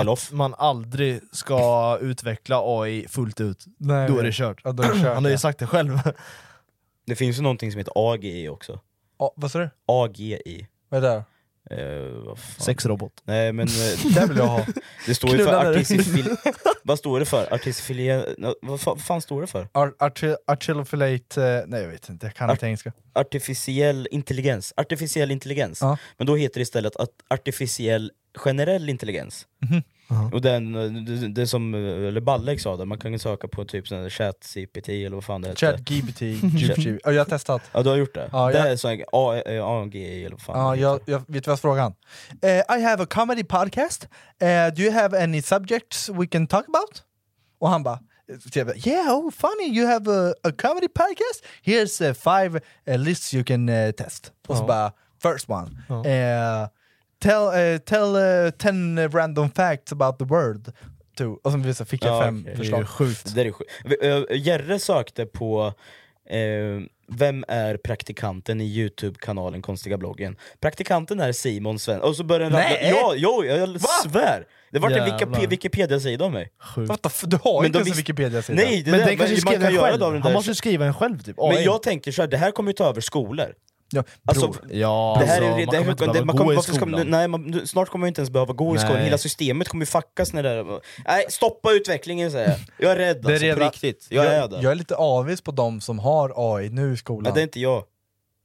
C: Elof.
D: Att man aldrig ska utveckla AI fullt ut.
E: Nej,
D: Då är det kört.
E: Ja, då är det kört,
D: Han har ju
E: ja.
D: sagt det själv.
C: Det finns ju någonting som heter AGI också.
E: Ja, vad sa du?
C: AGI.
E: Vad är det?
C: Eh, vad fan?
D: Sexrobot.
C: Nej men eh,
E: [laughs] Det vill jag ha.
C: det står ju
D: Knulla
C: för
D: där.
C: artisifil... [laughs] vad står det för? Artisifili... Vad fa- fan står det för?
E: Ar- artil- Artilofilate... eh, Nej jag vet inte, jag kan inte engelska.
C: Artificiell intelligens. Artificiell intelligens.
E: Ja.
C: Men då heter det istället att artificiell generell intelligens.
E: Mhm.
C: Och den, eh, det, det som eh, eller Ballek sa, det, man kan ju söka på typ sån här chat CPT eller vad fan det
D: [laughs]
C: heter.
E: ChatGPT, GPT. Ja, jag har testat.
C: Ja du har gjort det?
E: Ja,
C: det
E: jag-
C: är sån här A- eh, ANGI eller vad fan
E: Ja,
C: det
E: jag,
C: heter.
E: jag vet vad frågan. Eh, I have a comedy podcast. Eh, do you have any subjects we can talk about? Och han bara så jag bara, Yeah, oh funny you have a, a comedy podcast. Here's eh, five eh, lists you can eh, test. Och så bara first one. Eh, tell eh, tell eh, ten eh, random facts about the world. To. Och sen så fick jag
C: Ja,
E: fem
C: okej.
E: förslag.
C: Det är
E: sjukt.
C: Det där är sjukt. Eh, Jerre sökte på eh, vem är praktikanten i Youtube-kanalen Konstiga bloggen? Praktikanten är Simon Svensson, och så började han rabbla-
E: Nej!
C: Ja, jo, jag svär! Det vart en
D: Jävlar.
C: Wiki- Wikipedia-sida om mig.
E: What the f- du har ju
C: Men de
E: inte ens en
C: vis-
E: Wikipedia-sida.
C: Nej, det
D: Men
C: där,
D: den kanske
C: man
D: skrev
C: kan
D: den
C: göra det av
D: själv.
C: den
D: Han
C: där.
D: måste ju skriva en själv typ.
C: Men
D: AI.
C: jag tänker så här, det här kommer ju ta över skolor.
E: Ja,
C: Alltså,
E: bror.
D: Ja,
C: det här
D: alltså,
C: är, ju- det,
D: man
C: här-
D: kommer inte
C: det,
D: behöva
C: man kommer,
D: gå i
C: varför ska man, nu-
D: skolan.
C: nej, man, nu, snart kommer man inte ens behöva gå i skolan,
D: Nej.
C: hela systemet kommer ju fuckas när det där... Nej, stoppa utvecklingen säger jag. Jag är rädd
E: Det är
C: alltså, på
E: redan-
C: riktigt. Jag är det.
E: jag är lite avis på de som har AI nu i skolan.
C: Ja, det är inte jag.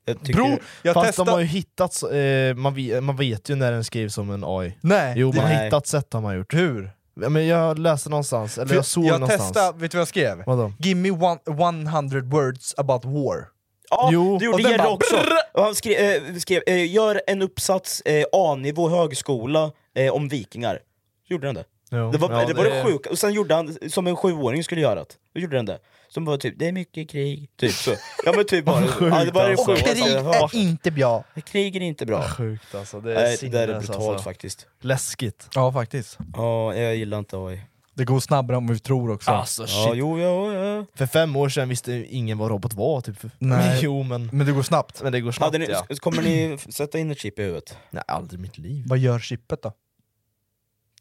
C: jag tycker,
E: Bror, jag
D: Fast
E: testar...
D: de har ju hittat, så- eh, man, vet, man vet ju när den skrivs som en AI.
E: Nej,
D: Jo,
E: det-
D: man har
C: Nej.
D: hittat sätt har man gjort.
E: hur?
D: Ja, Men jag läste någonstans, eller jag såg
E: jag
D: någonstans.
E: testade, vet du vad jag skrev?
D: Vadå?
E: Give me one, 100 words about war.
C: Ja,
D: Jo,
C: det
E: och
C: gjorde
E: den
C: Jerre
E: bara
C: också! Och han skrev, eh, skrev eh, gör en uppsats eh, A-nivå högskola eh, om vikingar. Så gjorde han det.
D: Jo.
C: Det var
D: Ja,
C: det, var det sjuka, och sen gjorde han som en sjuåring skulle göra det. Då gjorde han det. Som var typ, det är mycket krig. Typ så. Ja men
D: [laughs]
C: typ bara, ja, det var det
D: alltså.
E: Och
C: sjukaste
E: krig
C: jag hört.
E: är inte bra.
C: Krig är inte bra.
D: Sjukt alltså, det är,
C: Nej, det där är
D: sinnes,
C: brutalt
D: alltså.
C: faktiskt.
D: Läskigt.
E: Ja, faktiskt.
C: Ja, jag gillar inte AI.
E: Det går snabbare än vi tror också.
D: Alltså shit.
C: Ja, jo, ja, ja.
D: För fem år sedan visste ingen vad robot var typ.
E: Nej.
D: [laughs] Jo men,
E: Men det går snabbt.
D: men det går snabbt
C: Hade ni,
D: ja.
C: s- Kommer ni f- sätta in ett chip i huvudet?
D: Nej, aldrig i mitt liv.
E: Vad gör chippet då?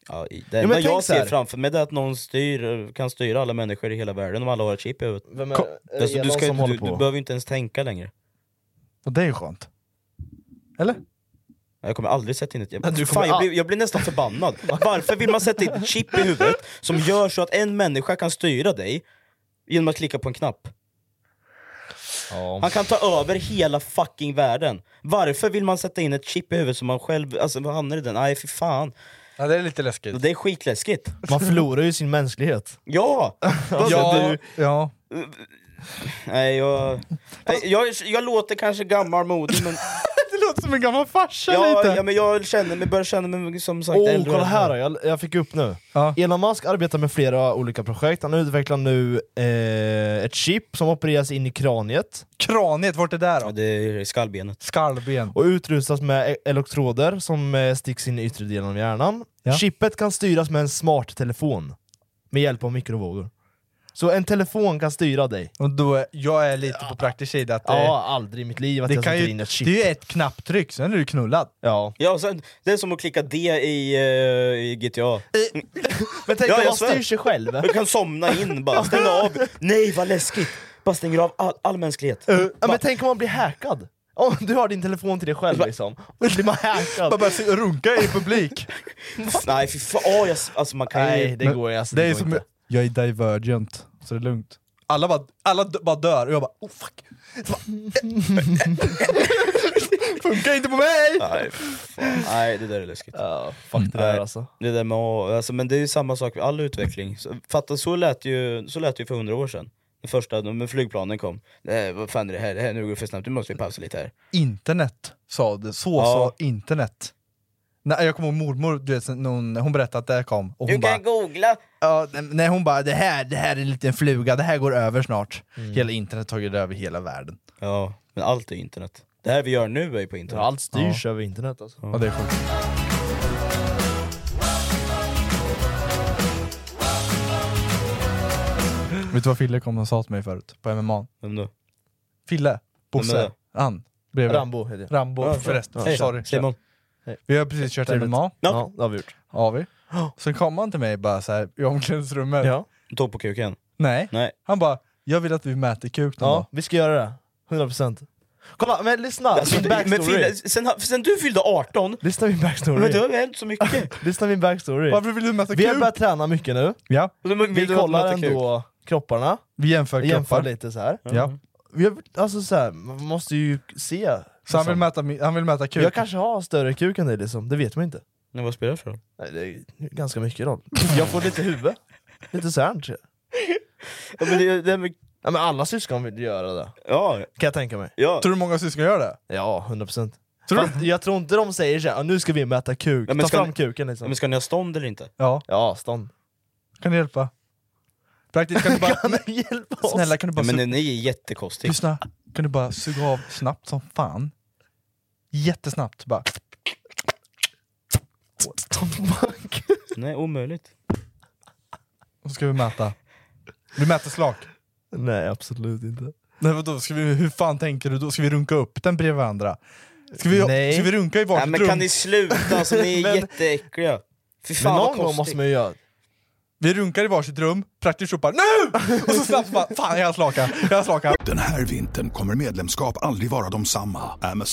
C: Ja, i- det enda
D: men tänk
C: jag
D: så här.
C: ser framför mig det är att någon styr, kan styra alla människor i hela världen om alla har ett chip i huvudet.
D: Vem är,
E: Ko-
D: är det
C: Alltså, du,
D: Elon
C: ska,
D: Eh, som
C: du,
D: håller
C: du
D: på?
C: behöver ju inte ens tänka längre.
E: Och det är ju skönt. Eller?
C: Ja, Jag kommer aldrig sätta in ett
D: [laughs]
C: jävla...
D: Men du kommer
C: Fan, jag,
D: all-
C: blir, jag blir nästan förbannad. Varför vill man sätta in ett chip i huvudet som gör så att en människa kan styra dig genom att klicka på en knapp? Han kan ta över hela fucking världen. Varför vill man sätta in ett chip i huvudet som man själv... Alltså vad hamnar i den? Nej fy fan.
E: Ja, det är lite läskigt.
C: Det är skitläskigt.
D: Man förlorar ju sin
C: [laughs]
D: mänsklighet.
C: Ja!
D: [laughs]
C: Alltså,
E: Ja, ja.
D: [laughs]
C: Nej jag... Nej, jag, jag låter kanske gammalmodig men...
E: det låter som en gammal farsa
C: Ja,
D: lite.
C: ja men jag känner mig, börjar känna mig som sagt
D: Åh,
C: äldre och
D: kolla här!
C: äldre.
D: Jag, jag fick upp nu. Elon Musk arbetar med flera olika projekt. Han utvecklar nu eh, ett chip som opereras in i kraniet.
E: Kraniet, vart är det då?
C: det är skallbenet.
E: Skallben.
D: Och utrustas med e- elektroder som eh, sticks in i yttre delen av hjärnan. Chippet kan styras med en smart telefon med hjälp av mikrovågor. Så en telefon kan styra dig.
E: Och då är, jag är lite på praktisk sida att det,
D: Ja, aldrig i mitt liv att
E: det,
D: jag
E: kan
D: sätter
E: ju,
D: in ett chip.
E: det är ju ett knapptryck, sen är du knullad.
D: Ja.
C: Ja, och sen, det är som att klicka D i, eh, i GTA.
D: Men tänk
C: Ja,
D: om
C: jag
D: man
C: svär.
D: styr sig själv.
C: Du kan somna
D: [laughs]
C: in bara, stänga av. Nej vad läskigt! Bara stänger av all, all mänsklighet.
D: Ja, men tänk om man blir hackad. Om du har din telefon till dig själv liksom. Och så blir man hackad.
E: Man börjar se- runka i
D: [laughs]
E: publik.
C: Nej fy fan, åh, jag, alltså man kan ju...
D: Nej, det
E: Men
D: går ju alltså.
E: det
D: Det
E: är
D: går
E: som,
D: inte.
E: Jag är divergent, så det är lugnt. Alla bara, alla d- bara dör och jag bara oh fuck. Så bara, Funkar inte på mig!
C: Nej, fy fan. Nej det där är läskigt.
D: Ja, fuck det där alltså.
C: Det där med A- alltså, men det är ju samma sak med all utveckling. Så, fatta, så lät ju, så lät det ju för hundra år sedan. Den första, när flygplanen kom. Nej, vad fan är det här? Det här nu går det för snabbt, nu måste vi pausa lite här.
E: Internet sa det, så
C: Ja.
E: sa internet. Nej, jag kommer ihåg mormor, du vet, sen hon, hon berättade att det här kom, och hon bara
C: googla!
E: ja, nej, hon bara det här, det här är en liten fluga, det här går över snart.
D: Mm.
E: Hela internet har tagit över hela världen.
C: Ja, men allt är internet. Det här vi gör nu är ju på internet.
D: Allt styrs över internet alltså.
E: Ja, det är sjukt. Vet du vad Fille kom och sa till mig förut på MMA?
C: Vem då?
E: Fille,
C: Vem är
E: Bosse,
C: det?
E: han, bredvid.
D: Rambo heter jag.
E: Rambo förresten,
C: Hej,
E: sorry.
C: Simon.
E: Vi har precis kört
D: Trevligt.
E: MMA,
D: Ja, det har vi gjort.
E: har vi. Sen kom han till mig bara så här, i omklädningsrummet.
D: Ja.
C: Tog på kuken?
E: Nej.
C: [laughs] Nej.
E: Han bara, jag vill att vi mäter kuk någon
D: Ja,
E: dag.
D: vi ska göra det. 100%. Kolla, men lyssna!
C: Alltså,
D: min
C: det- men
D: backstory.
C: Fille, sen, sen du fyllde 18,
D: lyssna min
C: men det
D: backstory.
C: har ju hänt så mycket.
D: Lyssna min backstory.
E: Varför vill du mäta
D: Vi har
E: kuk?
D: börjat träna mycket nu.
E: Ja,
C: [laughs] Och då-
D: Vi
C: vill du att
D: kollar
C: möta kuk?
D: ändå kropparna,
E: vi jämför
D: jämför
E: kroppar.
D: lite Mm, så här.
E: Ja.
D: Vi har, alltså så här, man måste ju se.
E: Så han vill,
D: liksom.
E: mäta, mi- han vill mäta kuk.
D: Jag kanske har större kuk än dig liksom, det vet man inte.
C: Nej, vad spelar det för roll?
D: Nej, det är ganska mycket roll. Jag får lite huvud. Lite sånt.
C: Ja, men det, det, men,
D: Ja, men alla syskon vill göra det,
C: ja,
D: kan jag tänka mig.
C: ja.
E: Tror du många syskon gör det?
D: Ja, 100%.
E: Tror du-
D: Fast jag tror inte de säger såhär, nu ska vi mäta kuk,
C: Ja, men
D: ta
C: ska
D: fram
C: ni-
D: kuken
C: Ja,
D: liksom.
C: men ska ni ha stånd eller inte?
E: Ja,
D: Ja, [laughs] stånd.
E: kan du hjälpa? Praktiskt, kan du bara...
D: [laughs] Kan du hjälpa oss?
E: Snälla kan du bara
C: Ja,
E: suga-
C: men ni är jättekostiga.
E: Lyssna, kan du bara suga av snabbt som fan? Jättesnabbt bara.
D: Tobak.
C: Nej, omöjligt.
E: Och så ska vi mäta. Vi mäter slak.
D: Nej, absolut inte.
E: Nej vadå, ska vi, hur fan tänker du då? Ska vi runka upp den bredvid varandra? Ska vi,
D: Nej.
E: ska vi runka i
C: Nej,
E: varsitt
C: men
E: rum?
C: kan ni sluta? Alltså, ni är
D: Men-
C: jätteäckliga. Fy
D: Men
C: fan
D: någon
C: vad
D: gång måste
C: konstigt.
D: man ju göra
E: Vi runkar i varsitt rum, praktiskt ropar NU! Och så snabbt bara, fan jag har slaka, jag har slaka.
A: Den här vintern kommer medlemskap aldrig vara de samma. Amazon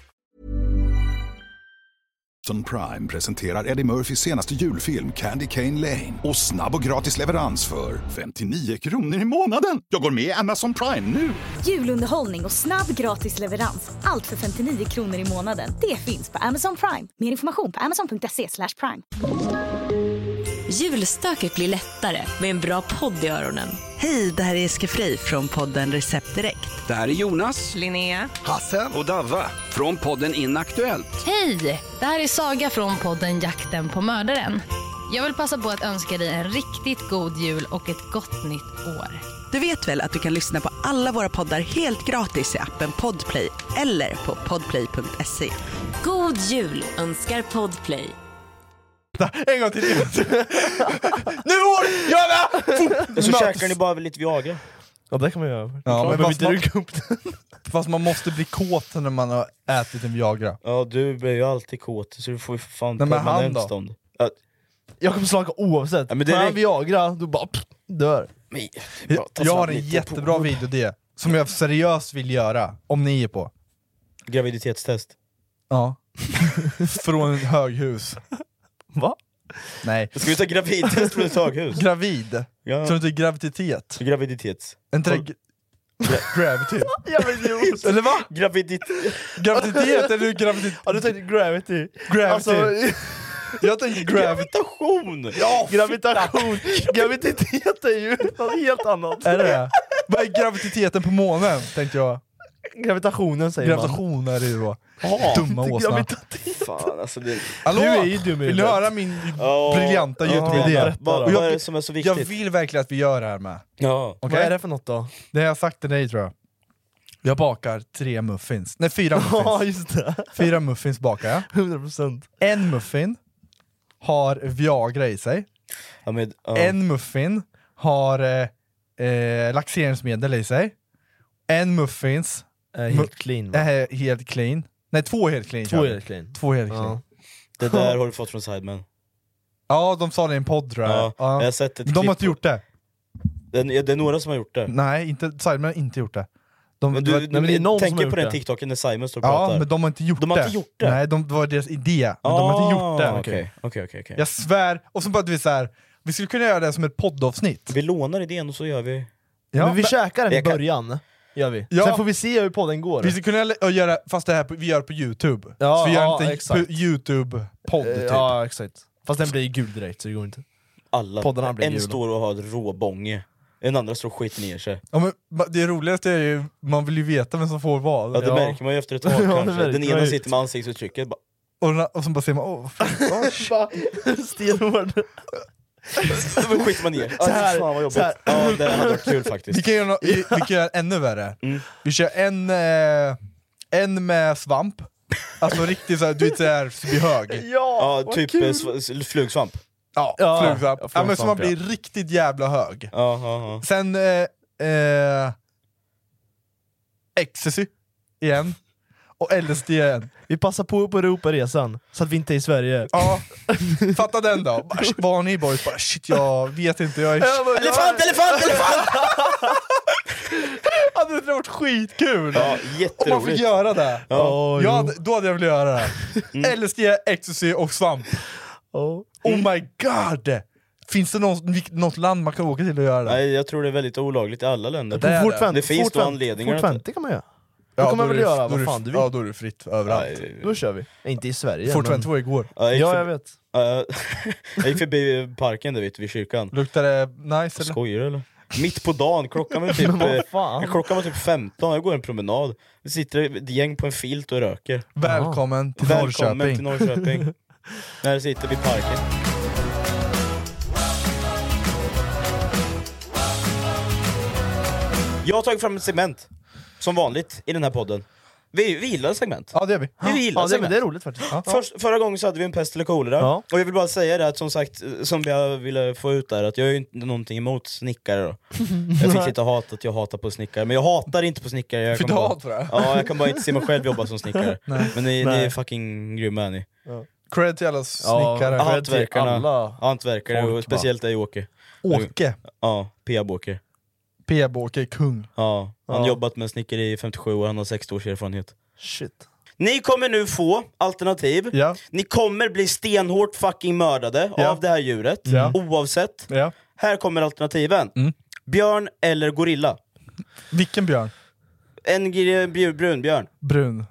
A: Amazon Prime presenterar Eddie Murphys senaste julfilm Candy Cane Lane. Och snabb och gratis leverans för 59 kronor i månaden. Jag går med i Amazon Prime nu!
B: Julunderhållning och snabb gratis leverans. Allt för 59 kronor i månaden. Det finns på Amazon Prime. Mer information på amazon.se slash prime.
J: Julstöket blir lättare med en bra podd i öronen.
K: Hej, det här är Eske Fri från podden Recept Direkt.
L: Det här är Jonas,
J: Linnea.
L: Hassen och Davva från podden Inaktuellt.
I: Hej! Det här är Saga från podden Jakten på mördaren. Jag vill passa på att önska dig en riktigt god jul och ett gott nytt år.
K: Du vet väl att du kan lyssna på alla våra poddar helt gratis i appen Podplay eller på podplay.se.
J: God jul önskar Podplay.
E: En
C: [laughs]
E: gång till! nu år! Jag är med!
C: Så käkar ni bara lite Viagra.
D: Ja det kan man göra.
E: Ja,
D: behöver
E: men fast
D: inte
E: man-
D: rycka upp den.
E: Fast man måste bli kåt när man har ätit en Viagra.
C: Ja du blir ju alltid kåt, så du får ju för fan
E: Nej, men han
C: permanent
E: då?
C: stånd.
D: Jag kommer slaka oavsett.
C: men det
D: Tar jag
C: räck-
D: Viagra, då bara pff, dör.
E: Jag har en jättebra videoidé, som jag seriöst vill göra, om ni är på.
C: Graviditetstest.
E: Ja. [laughs] Från ett höghus.
D: Va?
E: Nej.
C: Ska vi ta gravidtest från ett
E: [laughs]
C: höghus?
E: Gravid?
C: Ja.
E: Tror du inte graviditet?
C: Graviditet.
E: Är inte det
C: [laughs]
E: gra- gravity? Eller va?
C: Gravidit...
E: Graviditet eller graviditet?
D: Ja du tänkte gravity.
E: Gravity.
D: Alltså,
E: jag tänker gravity.
C: Gravitation!
E: Ja,
D: [laughs] gravitation. Graviditet är ju [laughs] något helt annat.
E: Är det det? Vad är gravititeten på månen? Tänkte jag.
D: Gravitationen säger
E: Gravitation är det ju då.
D: man.
E: Dumma
D: Inte
E: åsna.
D: gravitation.
C: Fan alltså det...
E: Hallå!
D: Du är ju dum i
E: Vill du
D: huvudet.
E: höra min
C: Ja.
E: briljanta
C: Ja,
D: typ
E: Youtube-idé?
C: berätta då.
E: Och jag-
C: Vad är det som är så viktigt?
E: Jag vill verkligen att vi gör det här med.
C: Ja.
E: Okej?
D: Vad är det för något då?
E: Det har jag sagt till dig tror jag. Jag bakar tre muffins.
C: [laughs]
E: Nej, fyra
D: Ja
E: muffins.
D: just det, [laughs]
E: Fyra muffins bakar jag.
D: 100%
E: En muffin har Viagra i sig.
C: Ja, men, ja.
E: En muffin har eh, eh, laxeringsmedel i sig. En muffins
D: eh, Helt clean
C: Mm.
D: va?
E: är helt clean. Nej, två är helt clean.
D: Två
E: kör vi.
D: helt clean
E: Två är helt clean.
D: ja.
E: Ja.
C: Det där har du fått från Sidemen.
E: de sa det i en podd tror jag.
C: Ja. Jag
E: Ja.
C: har sett ett
E: De har
C: klipp.
E: inte gjort det.
C: Det, det är några som har gjort det.
E: Nej, inte, Simon har inte gjort det. De,
C: Men
E: det
C: du,
E: var-
C: du,
D: men det är någon som har
C: tänker
D: gjort
C: på den
D: det.
C: TikToken när Simon står och
E: ja,
C: pratar.
E: men de har inte gjort
C: De har
E: det.
C: inte gjort det. Ah,
E: Nej, de, det var deras idé. Men de har
D: Ah,
E: inte gjort det.
C: Okej, okej, okej, okej.
E: Jag svär. Och så bara du vet, så här. vi skulle kunna göra det som ett poddavsnitt.
C: Vi lånar idén och så gör vi...
E: Ja,
D: Men vi käkar den i
C: Jag kan-
D: början, gör vi
E: Ja.
D: Sen får vi se hur podden går
E: Vi skulle kunna lä- och göra, fast det här på, vi gör på youtube.
D: Ja,
E: så vi gör
D: ja,
E: inte
D: exakt.
E: på youtube-podd
D: Eh,
E: typ.
D: Ja exakt, fast den blir gul direkt så det går inte
C: Alla.
D: Poddarna blir
C: en
D: gula.
C: står och har ett råbånge, den andra står och skiter ner sig.
E: Ja, men, ma- det roligaste är ju, man vill ju veta vem som får vad.
C: Ja, det
D: Ja.
C: märker man
D: [laughs]
C: ju efter ett tag
D: Ja, det
C: kanske.
D: märker
C: Den
D: man
C: ena
D: ju.
C: sitter med ansiktsuttrycket bara
E: Och, den- och så bara ser man, åh, fan, åh, shit.
D: Stenhård
C: Då skiter man ner. Ja,
D: Så här,
C: fy fan vad jobbigt.
D: så här.
C: Ja, det hade varit kul
E: vi,
C: faktiskt.
E: kan göra nå- vi, vi kan göra
D: [laughs]
E: ännu värre.
C: Mm.
E: Vi kör en, eh, en med svamp, alltså riktigt såhär, du vet såhär, så blir hög.
D: Ja,
C: Ja, typ eh, sv- s- flugsvamp.
E: Ja,
D: Ja,
E: flugsvamp.
D: ja,
E: Ja, men så man
D: flugsvamp,
E: blir riktigt jävla hög.
C: Ja, ja,
E: Sen, eh, eh, ecstasy igen. Och LSD igen.
D: Vi passar på på Europaresan, så att vi inte är i Sverige
E: Ja, fatta den då. Bara, "Shit, Var ni boys? Bara, shit jag vet inte, jag är...
C: Elefant, elefant, elefant!
E: typ, Hade det varit skitkul!
C: Ja,
E: Om man fick
C: jätteroligt.
E: göra det.
C: Ja, Mm.
E: jag hade, då hade jag velat göra det. LSD, ecstasy och svamp.
D: Ja.
E: Oh my god! Finns det någon, vilk- något land man kan åka till och göra det?
C: Nej, jag tror det är väldigt olagligt i alla länder.
E: Det är
D: Fort
E: det.
D: vänt-
C: Det finns
D: fort
C: då
D: vänt-
C: anledningar
D: Fort
C: att-
D: 50 kan man göra
E: Ja,
D: Då kan man
E: är
D: väl
E: det-
D: göra
E: då är
D: vad
E: det-
D: fan du vill
E: Ja, då är det fritt överallt.
C: Nej,
D: Då kör vi, inte i Sverige
E: Fort
D: men-
E: 22 igår.
C: jag gick
D: Ja jag
C: förbi-
D: vet
C: Ja, [laughs] jag gick förbi parken där vid, vid kyrkan.
E: Luktar det nice eller?
C: Skojar du eller? Mitt på dagen, klockan var typ,
D: Men vad
C: eh,
D: fan?
C: klockan var typ 15, jag går en promenad. Det sitter ett gäng på en filt och röker.
E: Välkommen till
C: Välkommen
E: Norrköping.
C: till Norrköping. När jag sitter vid parken. Jag har tagit fram ett segment, som vanligt, i den här podden. Vi, vi gillar segment.
E: Ja det gör vi.
C: Vi gillar
D: Ja det, men
C: segment.
D: det är roligt faktiskt
C: Först, förra gången så hade vi en pest eller kolera,
D: Ja.
C: och jag vill bara säga det att som sagt, som jag ville få ut där, att jag är ju inte någonting emot snickare då. Jag fick lite hat att jag hatar på snickare, men jag hatar inte på snickare. Jag
E: Fick
C: kan
E: du
C: bara-
E: hat för det?
C: Ja, jag kan bara inte se mig själv jobba som snickare. Men ni, ni
D: [laughs]
C: är
D: Nej.
C: fucking grymma är ni.
E: Cred till alla snickare.
D: Ja, cred till
C: Hantverkarna,
D: alla.
C: hantverkare,
D: folk,
C: och
D: va?
C: speciellt dig Åke.
E: Åke.
C: Ja, Peab-Åke.
E: P-Båke, kung.
C: Ja, han har
D: Ja.
C: jobbat med snickeri i 57 år, han har 60 års erfarenhet.
D: Shit
C: Ni kommer nu få alternativ, ni kommer bli stenhårt fucking mördade
E: Ja.
C: av det här djuret,
E: Ja. Mm.
C: oavsett. Här kommer alternativen. Björn eller gorilla?
E: Vilken björn?
C: En gr- bjur- brunbjörn.
E: Brun.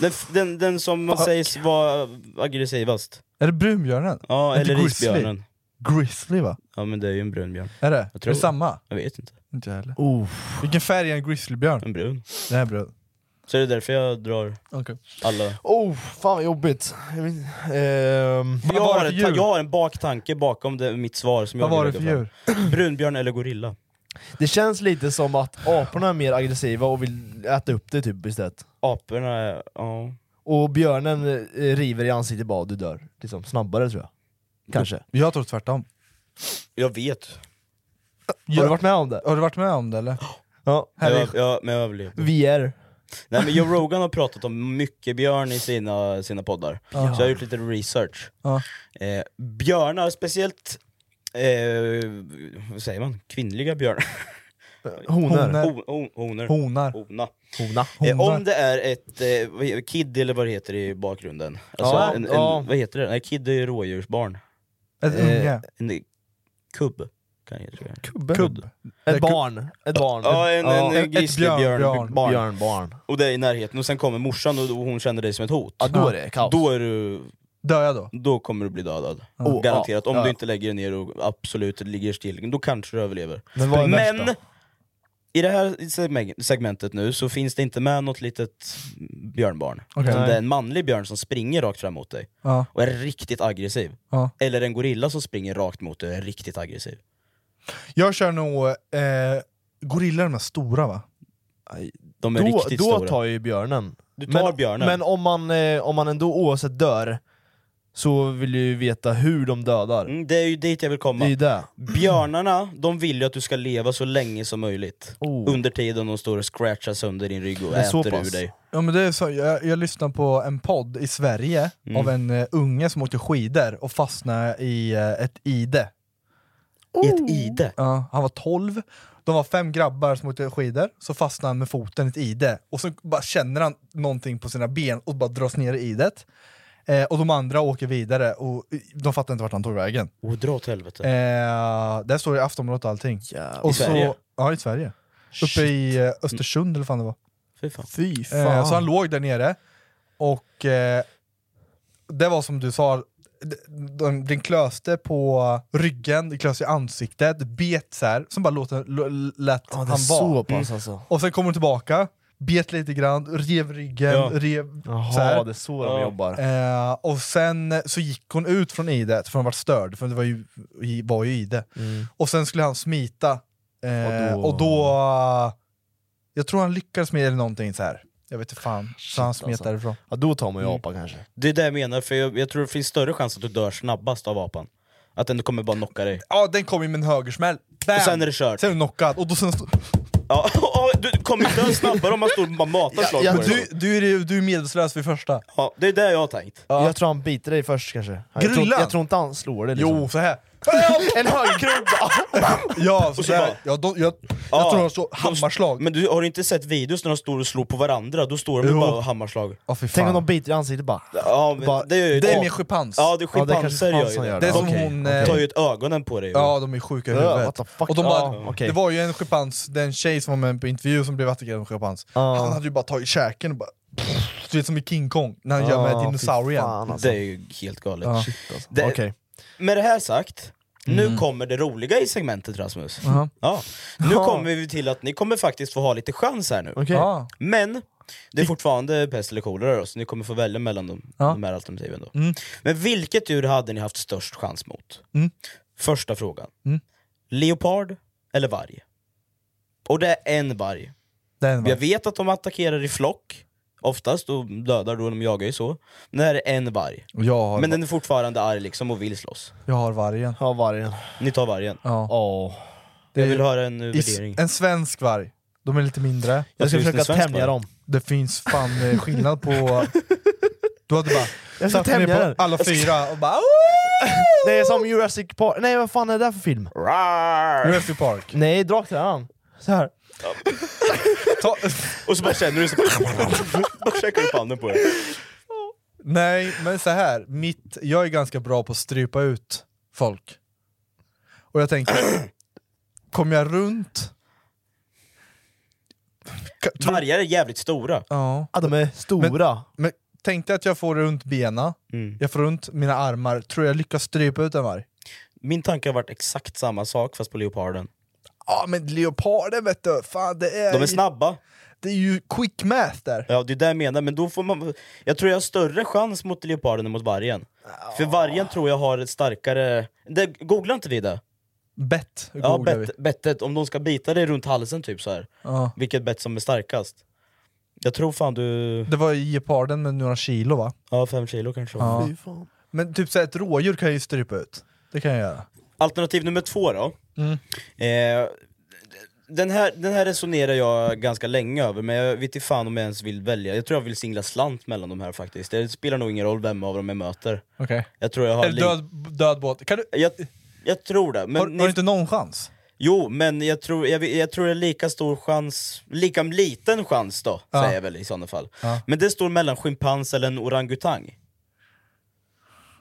C: Den, f- den, den som man
E: Fuck.
C: sägs vara aggressivast.
E: Är det brunbjörnen?
C: Ja,
E: Inte
C: eller
E: grizzly.
C: risbjörnen.
E: Grizzly va?
C: Ja men det är ju en brunbjörn.
E: Är det?
C: Jag
E: Är det samma?
C: Jag vet inte.
E: Inte jag heller. Vilken färg är en grizzlybjörn?
C: En brun.
E: Den är brun.
C: Så är det därför jag drar
E: Okej.
C: alla.
D: Oh, fan vad jobbigt. Jag vet- ehm,
C: Jag har, en, ta- jag har en baktanke bakom det, mitt svar som
D: Vad
C: jag
D: var
C: vill
D: det
C: lägga
D: för
C: fram. Brunbjörn eller gorilla?
D: Det känns lite som att aporna är mer aggressiva och vill äta upp det typ istället.
C: Aporna är, ja.
D: Och björnen eh, river i ansiktet bara du dör. Liksom snabbare tror jag. Kanske.
E: Jag tror tvärtom.
C: Jag vet.
D: Har du varit med om det?
E: Har du varit med om det eller?
D: Ja.
C: Jag, jag, men jag överlevde.
D: Vi är.
C: Nej men Joe Rogan har pratat om mycket björn i sina, sina poddar.
E: Ja.
C: Så jag har gjort lite research.
E: Ja.
C: Eh, björnar, speciellt, eh, vad säger man, kvinnliga björnar.
D: Honor.
C: Ho, ho, honor.
D: Honar.
C: Oh, Hona.
D: Hona.
C: Eh, om det är ett eh, vad he- kid eller vad det heter i bakgrunden, alltså
D: Ja,
C: en, en,
D: ja.
C: vad heter det? Nej, kid är ju rådjursbarn. Eh,
E: Ett unge.
C: en kubb. Kan jag, tror jag.
D: Kubbe. Ett barn. Ett barn.
C: Ja, en, en, en grizzly björn, barn.
D: Björnbarn.
C: Och det är i närheten, och sen kommer morsan och och hon känner dig som ett hot.
D: Ja, då är det kaos.
C: Då är du...
E: Dör jag då?
C: Då kommer du bli dödad.
D: Ja.
C: Garanterat. Om
D: Ja.
C: du inte lägger dig ner och absolut ligger still, då kanske du överlever.
D: Men vad är värst
C: Men i det här segme- segmentet nu så finns det inte med något litet björnbarn.
E: Okej.
C: Utan
E: Nej.
C: det är en manlig björn som springer rakt fram mot dig.
E: Ja.
C: Och är riktigt aggressiv.
E: Ja.
C: Eller en gorilla som springer rakt mot dig och är riktigt aggressiv.
E: Jag kör nog... Eh, gorillor är de här stora va?
C: De
E: är
D: då,
E: riktigt
D: då
E: stora.
D: tar ju björnen.
C: Du tar
D: men,
C: björnen.
D: Men om man, eh, om man ändå oavsett dör, så vill du ju veta hur de dödar.
C: Mm, det är ju dit jag vill komma.
D: Det är ju det.
C: Björnarna, de vill ju att du ska leva så länge som möjligt.
D: Oh.
C: Under tiden de står och scratchar sönder din rygg och
E: Det är så
C: äter
E: pass.
C: ur dig.
E: Ja, men det är så, jag, jag lyssnade på en podd i Sverige
C: Mm.
E: av en eh, unge som åkte skidor och fastnade i eh, ett ide. Oh.
C: I ett ide?
E: Ja, han var 12, de var fem grabbar som åkte skidor, så fastnade han med foten i ett ide. Och så bara känner han någonting på sina ben och bara dras ner i idet. Eh, och de andra åker vidare och eh, de fattar inte vart han tog vägen.
C: Och dra åt helvete.
E: Eh, där står det i Aftonbladet och allting.
C: I
E: och
C: Sverige?
E: Ja, i Sverige. Uppe i eh, Östersund eller vad fan det var.
C: Fy fan.
D: Fy
E: Eh, så han låg där nere, och eh, det var som du sa, d- de- den klöste på ryggen, det klöste i ansiktet, bet så här, som bara låt, lå- lät
D: Ja, det är
E: han
D: så
E: vara.
D: pass alltså.
E: Och sen kommer hon tillbaka, bet lite grann, rev ryggen,
D: Ja.
E: rev
D: Jaha,
E: så här.
D: det är så de Ja. jobbar.
E: Eh, och sen eh, så gick hon ut från idet, för hon var störd, för det var ju, i- var ju ide.
D: Mm.
E: Och sen skulle han smita, eh,
D: Och
E: och
D: då-
E: då... jag tror han lyckades med det eller någonting så här. Jag vet inte fan, så han smet
C: alltså.
E: därifrån.
D: Ja, då tar man ju
C: Mm.
D: apan kanske.
C: Det är det jag menar, för jag, jag tror det finns större chans att du dör snabbast av apan. Att den kommer bara knocka dig.
E: Ja, den kom ju med en högersmäll. Bam!
C: Och sen är det kört.
E: Sen är du knockad, och då sen...
C: Ja, [laughs] du kommer inte dö snabbare om man står och bara matar slag
E: Ja,
C: på dig.
E: du, du, är, ju- du är medvetslös vid första.
C: Ja, det är det jag har tänkt.
D: Jag tror han biter dig först kanske. Jag tror,
E: Grillan?
D: jag tror inte han slår dig liksom.
E: Jo,
C: [laughs]
E: så här.
D: en högerkrubba!
E: Ja, så
C: Och så
E: där.
C: bara-
E: ja, då, jag, jag
C: Ja,
E: tror de slår hammarslag.
C: Men du har du inte sett videos när de står och slår på varandra? Då står de ju
E: Jo.
C: bara och hammarslag.
E: Ja, fy
D: Tänk om
E: fan.
D: de biter i ansiktet bara.
C: Ja, men
D: Bara-
C: det, gör ju
E: Det är
C: Ja.
E: mer schimpans.
C: Ja, det är
D: Ja, det är kanske
C: schimpanser gör ju
D: schimpanser
C: det.
D: gör
E: det är som
D: Okej,
E: hon...
D: okej.
E: eh,
C: De tar ju ut ögonen på dig.
E: Ja, de är sjuka i
D: Ja,
E: huvudet.
D: what the fuck?
E: Och de bara,
D: Ja, okej.
E: Det var ju en schimpans, den tjej som var med på intervju som blev attackerad av en schimpans. Han hade ju bara tagit käken och bara... Du vet som i King Kong, när han gör
D: Ja,
E: med
D: fy
E: dinosaurien.
D: fan, alltså.
C: Det är ju helt galet.
E: Ja.
C: Det,
D: Okej.
C: Med det här sagt, nu kommer det roliga i segmentet Rasmus.
E: Aha.
C: Ja. Nu
D: Ja.
C: kommer vi till att ni kommer faktiskt få ha lite chans här nu.
D: Okej.
E: Ja.
C: Men det är fortfarande pest eller kolera då, så ni kommer få välja mellan de, de här alternativen. Då. Men vilket djur hade ni haft störst chans mot?
E: Mm.
C: Första frågan.
E: Mm.
C: Leopard eller varg? Och det är en varg.
E: Den var-
C: Jag vet att de attackerar i flock, oftast, och dödar då, de jagar ju så. Men det här är en varg.
E: Och Jag har,
C: Men den är fortfarande arg liksom och vill slåss.
E: jag har vargen.
D: Ja, vargen.
C: Ni tar vargen.
E: Ja.
D: Åh.
E: Det
C: Jag
E: är-
C: vill höra en eh,
E: i s-
C: värdering.
E: En svensk varg. De är lite mindre.
D: Jag ska
C: Varför
D: försöka
C: just en svensk
D: tämja
C: varg?
D: dem.
E: Det finns fan eh,
D: [laughs]
E: skillnad på... Du hade bara...
D: Jag ska
E: satt ner
D: tämja den.
E: på alla fyra och bara...
D: [laughs] Det är som Jurassic Park, nej vad fan är det där för film?
C: Rar!
E: Jurassic Park.
D: Nej, Draktränaren. Så här.
C: Ta, och så bara känner du så [laughs] bara, bara käkar upp handen på er.
E: Nej, men så här. Mitt, jag är ganska bra på att strypa ut folk. Och jag tänker, [clears throat] kommer jag runt...
C: Vargar är jävligt stora.
E: Ja.
D: de är stora.
E: Men, men tänk dig att jag får runt benen,
C: Mm.
E: jag får runt mina armar. Tror jag lyckas strypa ut en varg?
C: Min tanke har varit exakt samma sak fast på leoparden.
E: Ja, men leoparden vet du, fan det är...
C: De är
E: ju-
C: snabba.
E: Det är ju quick math där.
C: Ja, det är det jag menar. Men då får man... Jag tror jag har större chans mot leoparden än mot vargen. För vargen tror jag har ett starkare... Det, googlar inte vi det?
E: Bett
C: Ja,
E: googlar
C: bet, bettet. Om de ska bita dig runt halsen typ så här.
E: Ja.
C: Vilket bett som är starkast. Jag tror fan du...
E: Det var ju geparden med några kilo va?
C: Ja, fem kilo kanske.
E: Ja. Fy Men typ så här, ett rådjur kan jag ju strypa ut. Det kan jag göra.
C: Alternativ nummer två då.
E: Mm.
C: Eh, den, här, den här resonerar jag ganska länge över, men jag vet inte fan om jag ens vill välja. Jag tror jag vill singla slant mellan de här faktiskt. Det spelar nog ingen roll vem av dem jag möter.
E: Okej.
C: Jag tror jag har...
E: Eller
C: li-
E: död, död båt. Kan du,
C: Jag, jag tror det. Men
E: har,
C: ni-
E: har du inte någon chans?
C: Jo, men jag tror, jag, jag tror det är lika stor chans, lika liten chans då,
E: Ja.
C: säger jag väl i sådana fall.
E: Ja.
C: Men det står mellan schimpans eller en orangutang.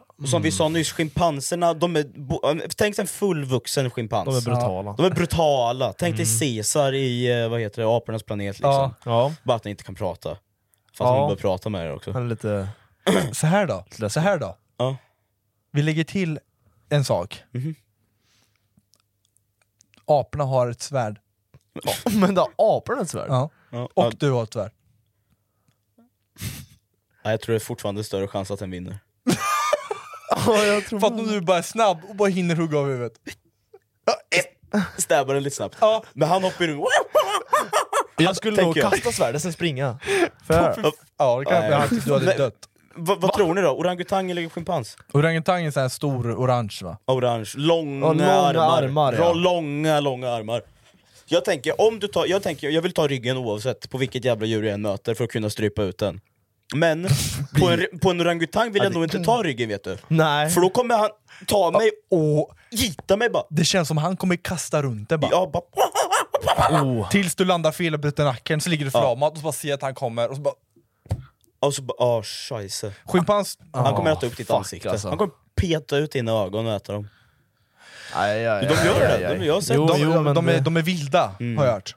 C: Och
D: Mm.
C: Som vi sa nyss, schimpanserna, de är, bo- äh, tänk dig en fullvuxen schimpans.
D: De är brutala. Mm.
C: De är brutala. Tänk dig Caesar i, eh, vad heter det, apornas planet liksom. Bara att han inte kan prata. Fast
D: Ja.
C: man börjar prata med er också.
D: Han är lite...
E: Så här då. Så här då.
C: Ja. Mhm.
E: Vi lägger till en sak. Aporna har ett svärd.
D: Men då, aporna är ett svärd?
E: Ja.
C: Ja.
E: Och du har ett svärd.
C: Ja, jag tror det är fortfarande större chans att den vinner. [laughs]
E: För att om du bara är snabb och bara hinner hugga av huvudet.
C: Stäbbar den lite snabbt.
E: Ja.
C: Men han hoppar ur.
D: Jag skulle nog
C: Tänker jag.
D: kasta svärdet, sen springa.
E: Ja, Ja, det kan jag
D: alltså,
C: Nej.
E: att du hade
C: Men-
E: dött.
C: Eh, Vad vad tror ni då? Orangutang eller schimpans?
E: Orangutang är så här stor orange va?
C: Orange, långa,
D: Ja, långa
C: armar.
D: armar, ja.
C: Bra, Långa, långa armar. Jag tänker, om du tar, jag tänker, jag vill ta ryggen oavsett på vilket jävla djur jag än möter för att kunna strypa ut den.
D: [laughs]
C: Men på en, på en orangutang vill jag nog inte ta ryggen vet du.
D: Nej.
C: För då kommer han ta mig
E: och
C: gita mig bara.
E: Det känns som han kommer kasta runt det bara.
C: Ja, bara
D: Oh.
E: Tills du landar fel och bryter nacken så ligger du flamad och så bara ser jag att han kommer och så bara...
C: och så bara, ah scheisse.
E: Schimpans...
C: Han kommer äta upp ditt
D: Ah, fuck,
C: ansikte.
D: alltså.
C: Han kommer peta ut dina ögon och äta dem.
D: Aj, aj,
C: De gör
D: aj,
C: det,
D: aj, aj.
C: de- jag har sett-
D: Jo,
E: de,
D: jo, men
E: de, är,
D: det-
E: de är vilda,
C: Mm.
E: har jag hört.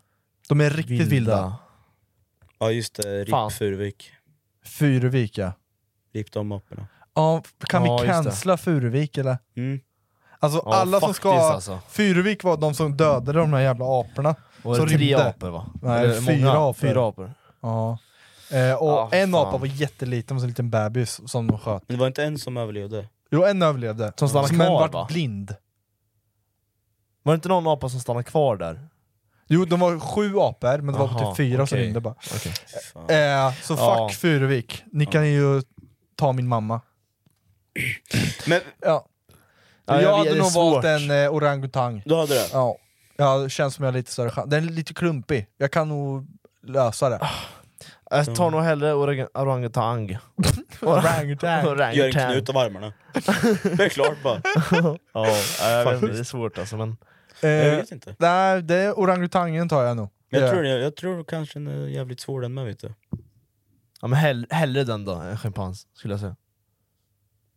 E: De är riktigt vilda.
C: Ja just det, RIP
D: Fan.
C: Furuvik.
E: Furuvik ja.
C: RIP de aporna.
E: ja kan
D: Ja,
E: vi
D: just det.
E: cancella Furuvik eller?
C: Mm.
E: Alltså
D: Ja,
E: alla som
D: faktiskt,
E: ska...
D: alltså.
E: Furuvik var de som dödade de här jävla aporna.
D: Var
E: som
D: det tre
E: rymde.
D: apor va?
E: Nej,
D: Eller
E: fyra
D: många?
E: apor.
D: Fyra apor.
E: Ja. Eh, och
D: Ja,
E: en
D: Ah, fan.
E: apa var jätteliten, var en liten bebis som de sköt.
C: Men det var inte en som överlevde.
E: Jo, en överlevde.
D: Som stannade
E: men
D: kvar,
E: vart
D: va?
E: blind.
D: Var det inte någon apa som stannade kvar där?
E: Jo, de var sju apor, men det var
D: Aha,
E: typ fyra som
D: okej.
E: rymde bara.
D: Okej.
E: Eh, så fuck
D: Ja.
E: Furuvik. Ni kan ju ta min mamma.
C: Men
E: Ja.
D: Ja,
E: jag
D: jag vet,
E: hade
D: det är
E: nog valt
D: svårt.
E: en eh, orangutang.
C: du hade det?
E: Ja. ja, det känns som jag har lite större chans. Den är lite klumpig. Jag kan nog
C: [laughs]
E: lösa det.
D: Jag tar nog hellre orang- orangutang. [laughs]
E: Orangutang.
C: Gör en
D: Orangutang.
C: knut av
E: [laughs]
C: armarna. Det är klart bara.
D: Ja, jag vet inte, det är svårt alltså men...
C: Jag
E: Eh,
C: vet inte.
E: nej, det är orangutangen tar jag nog. Eh,
C: Men
E: Det-
C: jag, tror, jag, jag tror kanske den är jävligt svår den med vet du.
D: Ja men hell- hellre den då, än schimpans skulle jag säga.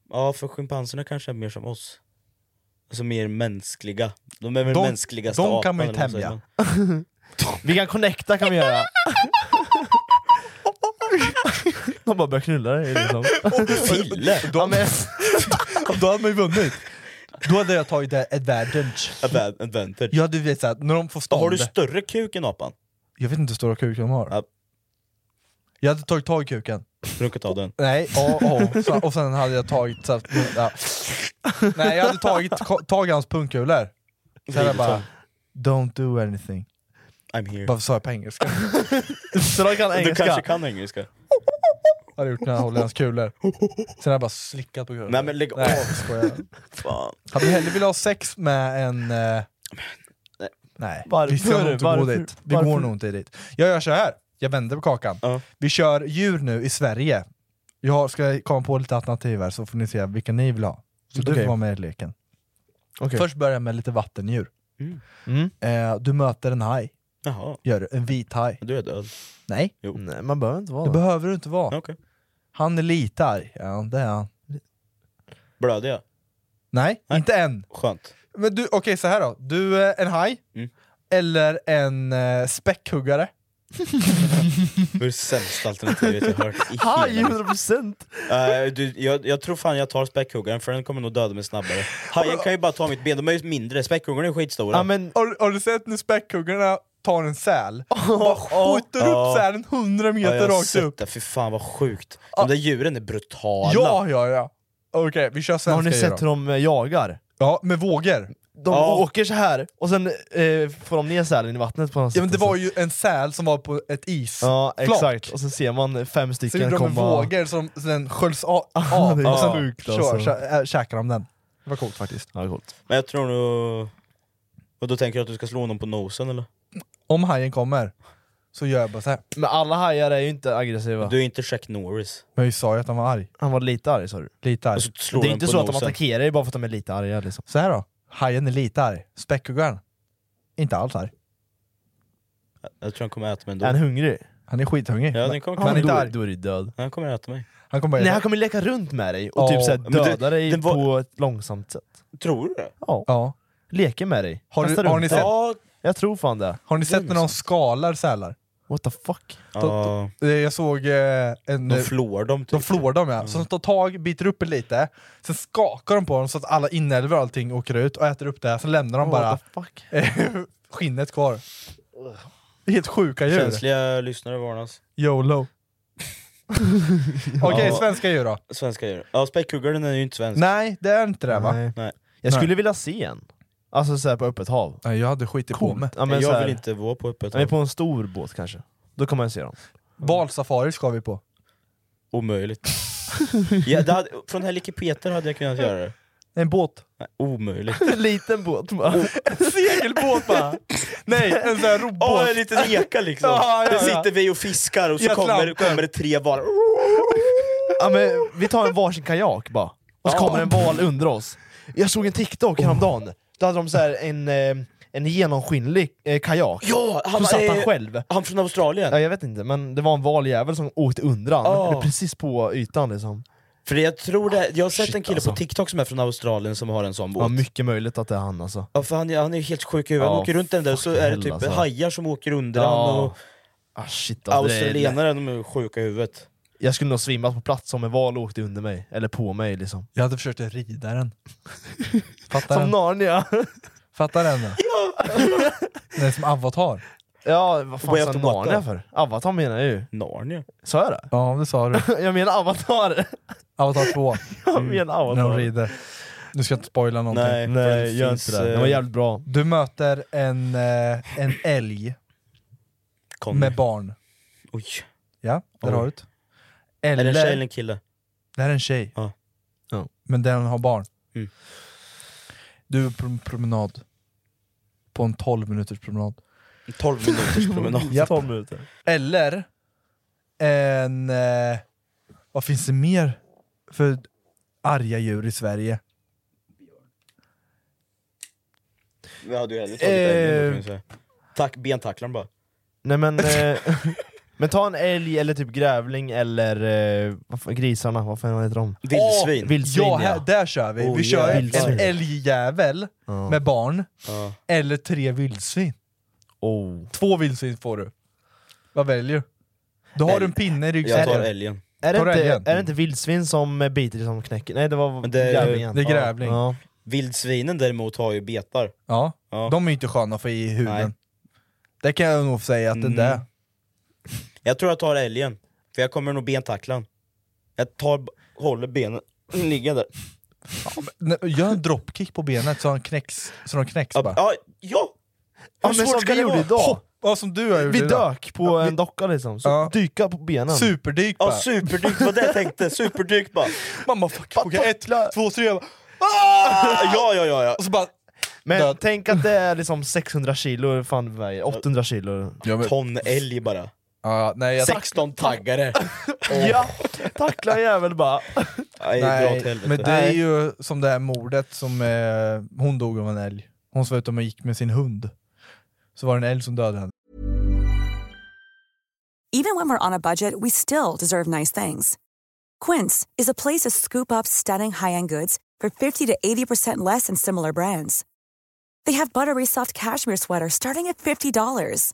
C: Ja för schimpanserna kanske är mer som oss. Alltså mer mänskliga. De är väl
E: De-
C: mänskligaste
E: de kan
C: apan,
E: man ju
C: eller vad säger
E: tämja.
D: Vi kan connecta kan vi göra! [laughs] De bara börjar knulla dig liksom.
C: Fille!
E: [laughs]
D: Ja, men,
E: Då hade man ju vunnit. Då hade jag tagit det advantage.
C: Advan- Advantage.
E: Jag hade vetat, när de får stånd...
C: Har du större kuk än apan?
E: jag vet inte hur stora kuk de har.
C: Ja.
E: Jag hade tagit tag i kuken.
C: Runkat av den.
E: Nej, ja, ja. Så, och sen hade jag tagit... Så, att- ja. Nej, jag hade tagit ko- tag i hans pungkulor. Sen hade jag bara... Don't do anything.
C: I'm here.
E: Varför sa jag på engelska?
D: så de kan
C: Du
D: engelska.
C: kanske kan engelska?
E: Jag hade gjort när jag håller i hans kulor. Sen hade jag bara slickat på kulorna.
C: Nej men lägg av!
E: Nej, jag skojar.
C: Fan.
E: Hade du hellre velat ha sex med en... Eh... Nej,
D: Varför?
E: vi ska nog inte gå
D: Varför?
E: dit. Vi
D: Varför?
E: går nog inte dit. Jag gör så här. jag vänder på kakan.
C: Ja.
E: Vi kör djur nu i Sverige. Jag ska komma på lite alternativ här så får ni se vilka ni vill ha. Så du
D: Okej.
E: får vara med i leken.
D: Okej.
E: Först börjar jag med lite vattendjur.
D: Mm.
E: Eh, du möter en haj. Gör du. En vit haj.
C: Du är död.
E: Nej.
D: Nej, man behöver inte vara
E: Det
D: det.
E: behöver du inte vara. Han är lite arg. Ja, det är han.
C: Blöder jag?
E: Nej, inte än.
C: Skönt.
E: Men du, okej så här då. Du, eh, en haj.
D: Mm.
E: Eller en eh, späckhuggare.
C: Det är det sämsta alternativet jag hört i hela
D: Haj,
C: mitt liv.
D: 100%!
C: Eh, du, jag, jag tror fan jag tar späckhuggaren för den kommer nog döda mig snabbare. Hajen kan ju bara ta mitt ben, de är ju mindre, späckhuggarna är skitstora.
E: har, har du sett när späckhuggarna tar
D: [laughs]
E: en säl? Bara skjuter upp
C: Ja.
E: sälen 100 meter
C: ja, jag har
E: rakt
C: sett
E: upp.
C: Det. Fy fan vad sjukt. De där djuren är brutala.
E: Ja, ja, ja. Okej, vi kör svenska
D: Har ni sett hur
E: djur då.
D: de eh, jagar?
E: Ja, med vågor.
D: De åker så här och sen eh, får de ner sälen i vattnet på något
E: Ja men det
D: sätt.
E: var ju en säl som var på ett isflak.
D: Ja, exakt. Och sen ser man fem
E: Så
D: stycken
E: gjorde de en
D: komma...
E: vågor som så den sköljs av,
D: [laughs] Ja,
E: av
D: det är
E: och sen
D: sjukt,
E: kör,
D: alltså.
E: kä- äh, käkar de den. Det var coolt faktiskt.
D: Ja, coolt.
C: Men jag tror nog... Och då tänker du att du ska slå någon på nosen eller?
E: Om hajen kommer så gör jag bara så här.
D: Men alla hajar är ju inte aggressiva.
C: Du är inte Jack Norris.
E: Men vi sa ju att han var arg.
D: Han var lite arg sa du?
E: Lite arg.
C: Och så slår
D: det är
C: den
D: inte
C: på
D: så att de
C: nosen.
D: attackerar dig bara för att de är lite arga liksom.
E: Så här då, hajen är lite arg. Späckhuggaren, inte alls arg.
C: Jag tror han kommer äta mig ändå.
D: Är han hungrig?
E: Han är skithungrig.
C: Ja, den kommer
E: Men han är inte
D: då,
E: arg.
D: då är du död.
C: Han kommer äta mig.
E: Han kommer
D: Nej han kommer leka runt med dig och
E: Ja,
D: typ såhär
E: men det-
D: döda dig
C: det var-
D: på ett långsamt sätt.
C: Tror du det?
D: Ja.
E: ja.
D: Leker med dig.
E: Har du-
D: Kastar
E: har
D: runt
E: ni
D: dig.
E: sett-
C: Ja.
D: Jag tror fan det.
E: Har ni sett när de skalar sälar?
D: What the fuck?
C: Ja.
E: Eh, Jag såg eh, en...
C: De flår dem
E: De
C: typ.
E: flår dem ja. Så de tar tag, biter upp det lite, sen skakar de på dem så att alla inälvor och allting åker ut och äter upp det, sen lämnar de
D: Oh,
E: bara
D: what the fuck?
E: [laughs] skinnet kvar. Helt sjuka djur.
C: Känsliga lyssnare varnas. [laughs]
E: YOLO. Okej,
C: Ja.
E: svenska djur då?
C: Svenska djur. Ja, späckhuggaren är ju inte svensk.
E: Nej, det är inte det va?
D: Nej.
C: Nej.
D: Jag
E: Nej.
D: skulle vilja se en. Alltså såhär på öppet hav.
E: Nej, jag hade skitit på mig.
D: Ja, men så
C: jag
D: här-
C: vill inte vara på öppet
D: Ja, men
C: hav.
D: på en stor båt kanske. Då kan man se dem.
E: Balsafari ska vi på.
D: [laughs]
C: Omöjligt. ja, det hade, från Helike Peter hade jag kunnat göra det.
E: En båt.
C: Nej, omöjligt.
D: En liten båt bara.
E: En segelbåt bara! Nej, en sån här roddbåt.
C: Ja, en liten eka liksom.
E: Ja, ja,
C: Där
E: ja.
C: sitter vi och fiskar och
E: I
C: så kommer,
E: Atlanten.
C: kommer det tre valar.
D: [laughs] Ja, men vi tar en varsin kajak bara, och så
C: Ja.
D: kommer en val under oss. Jag såg en TikTok häromdagen, då hade de så här en, eh, en genomskinlig eh, kajak,
C: Ja, han-
D: så satt han
C: eh,
D: själv.
C: Han från Australien.
D: Ja, jag vet inte, men det var en valjävel som åkte under han,
C: Ja.
D: eller precis på ytan liksom.
C: För jag tror det, jag har sett
D: Shit,
C: en kille
D: alltså.
C: på TikTok som är från Australien som har en sån båt.
D: Ja, mycket möjligt att det är han alltså.
C: Ja, för han, är- han är ju helt sjuk i huvudet, han
D: Ja,
C: åker runt den där och så
D: fucking
C: är det
D: hell,
C: typ
D: alltså.
C: hajar som åker under
D: Ja,
C: han och
D: Ah, shit, alltså, det är,
C: australienare, de är sjuka i huvudet.
D: jag skulle nog svimmat på plats om en val åkte under mig, eller på mig liksom.
E: Jag hade försökt rida
C: [laughs]
E: den. Fattar
D: Som
E: den?
D: Narnia!
E: Fattar den? då? [laughs] Den är som avatar.
D: [laughs] ja, vad fan
C: Way
D: sa
C: of the
D: Narnia
C: Water.
D: för? Avatar menar jag ju.
C: Narnia?
D: Sa jag det? [laughs]
E: Ja, det sa du.
D: Jag menar avatar! [laughs]
E: Avatar 2.
D: Jag menar
E: När de
D: avatar.
E: rider. Du ska inte spoila någonting.
C: Nej, för det
D: Nej, gör
C: finns,
D: inte det. Den var
C: eh,
D: jävligt bra.
E: Du möter en, eh, en älg
C: Conny.
E: med barn.
C: Oj.
E: Ja, där
C: Oj.
E: har du det.
C: Är det en tjej eller
E: Eller,
C: en kille?
E: det här är en tjej.
C: Ja.
D: Ja.
E: Men den har barn.
C: Mm.
E: Du är på en promenad. På en 12 minuters promenad.
C: En 12 minuters promenad.
E: Japp.
D: 12 minuter.
E: Eller en... Eh, vad finns det mer för arga djur i Sverige?
C: Det hade ju hellre
D: tagit älgen, då kan
E: Eh,
D: jag
C: säga. Tack, bentacklaren bara.
D: Nej men, eh, [laughs] men ta en älg eller typ grävling eller eh, vad fan, grisarna, vad fan heter de?
C: Vildsvin.
D: Vildsvin
E: ja,
D: ja.
E: här, där kör vi!
C: Oh,
E: vi kör
D: jävlar.
E: en älgjävel
D: Ja.
E: med barn,
C: Ja.
E: eller tre vildsvin.
D: Oh.
E: Två vildsvin får du. Vad väljer du? Då har du en pinne i
C: Jag tar
E: ryggsäcken.
C: älgen.
D: Är, det
E: Tar du
D: inte,
E: älgen?
D: är det inte vildsvin som eh, biter i som knäcker? Nej det var
C: Men det är-
D: grävlingen.
E: det är grävling.
D: Ja.
C: Vildsvinen däremot har ju betar.
E: Ja.
C: Ja.
E: De är ju inte sköna att få i huden.
C: Nej.
E: Det kan jag nog säga att det är.
C: Mm. Jag tror jag tar älgen, för jag kommer nog bentacklan. Jag tar, håller benen liggande.
E: Nej, Gör en dropkick på benet så, han knäcks, så de knäcks bara.
C: Ja, ja!
D: Ja,
C: Hur
D: men
C: svårt
D: som
C: ska
D: vi
C: det
D: gjorde
C: vara?
D: idag.
E: Ja, som du har gjort
D: Vi
E: idag.
D: dök på en docka liksom, så
E: Ja.
D: dyka på benen.
E: Superdyk bara.
C: Ja, superdykt vad det jag
E: [laughs]
C: tänkte, superdykt bara.
E: Mamma fuck, okej, ett, två, tre. jag bara-
C: Ah! Ja, ja, ja, ja.
E: Och så bara...
D: Men
E: Död.
D: tänk att det är liksom 600 kilo, fan vad väger 800 kilo.
C: Ton älg bara.
E: Ja, nej, jag,
C: 16
E: [laughs]
C: taggare.
D: Ja! Tackla en jävel bara.
C: Nej, dra åt
E: nej,
C: helvete.
E: men det är ju som det här mordet som eh, hon dog av en älg. Hon som var ute och gick med sin hund. Så var det en älg som dödade henne.
M: Even when we're on a budget, we still deserve nice things. Quince is a place to scoop up stunning high-end goods for 50 to 80% less than similar brands. They have buttery soft cashmere sweaters starting at $50,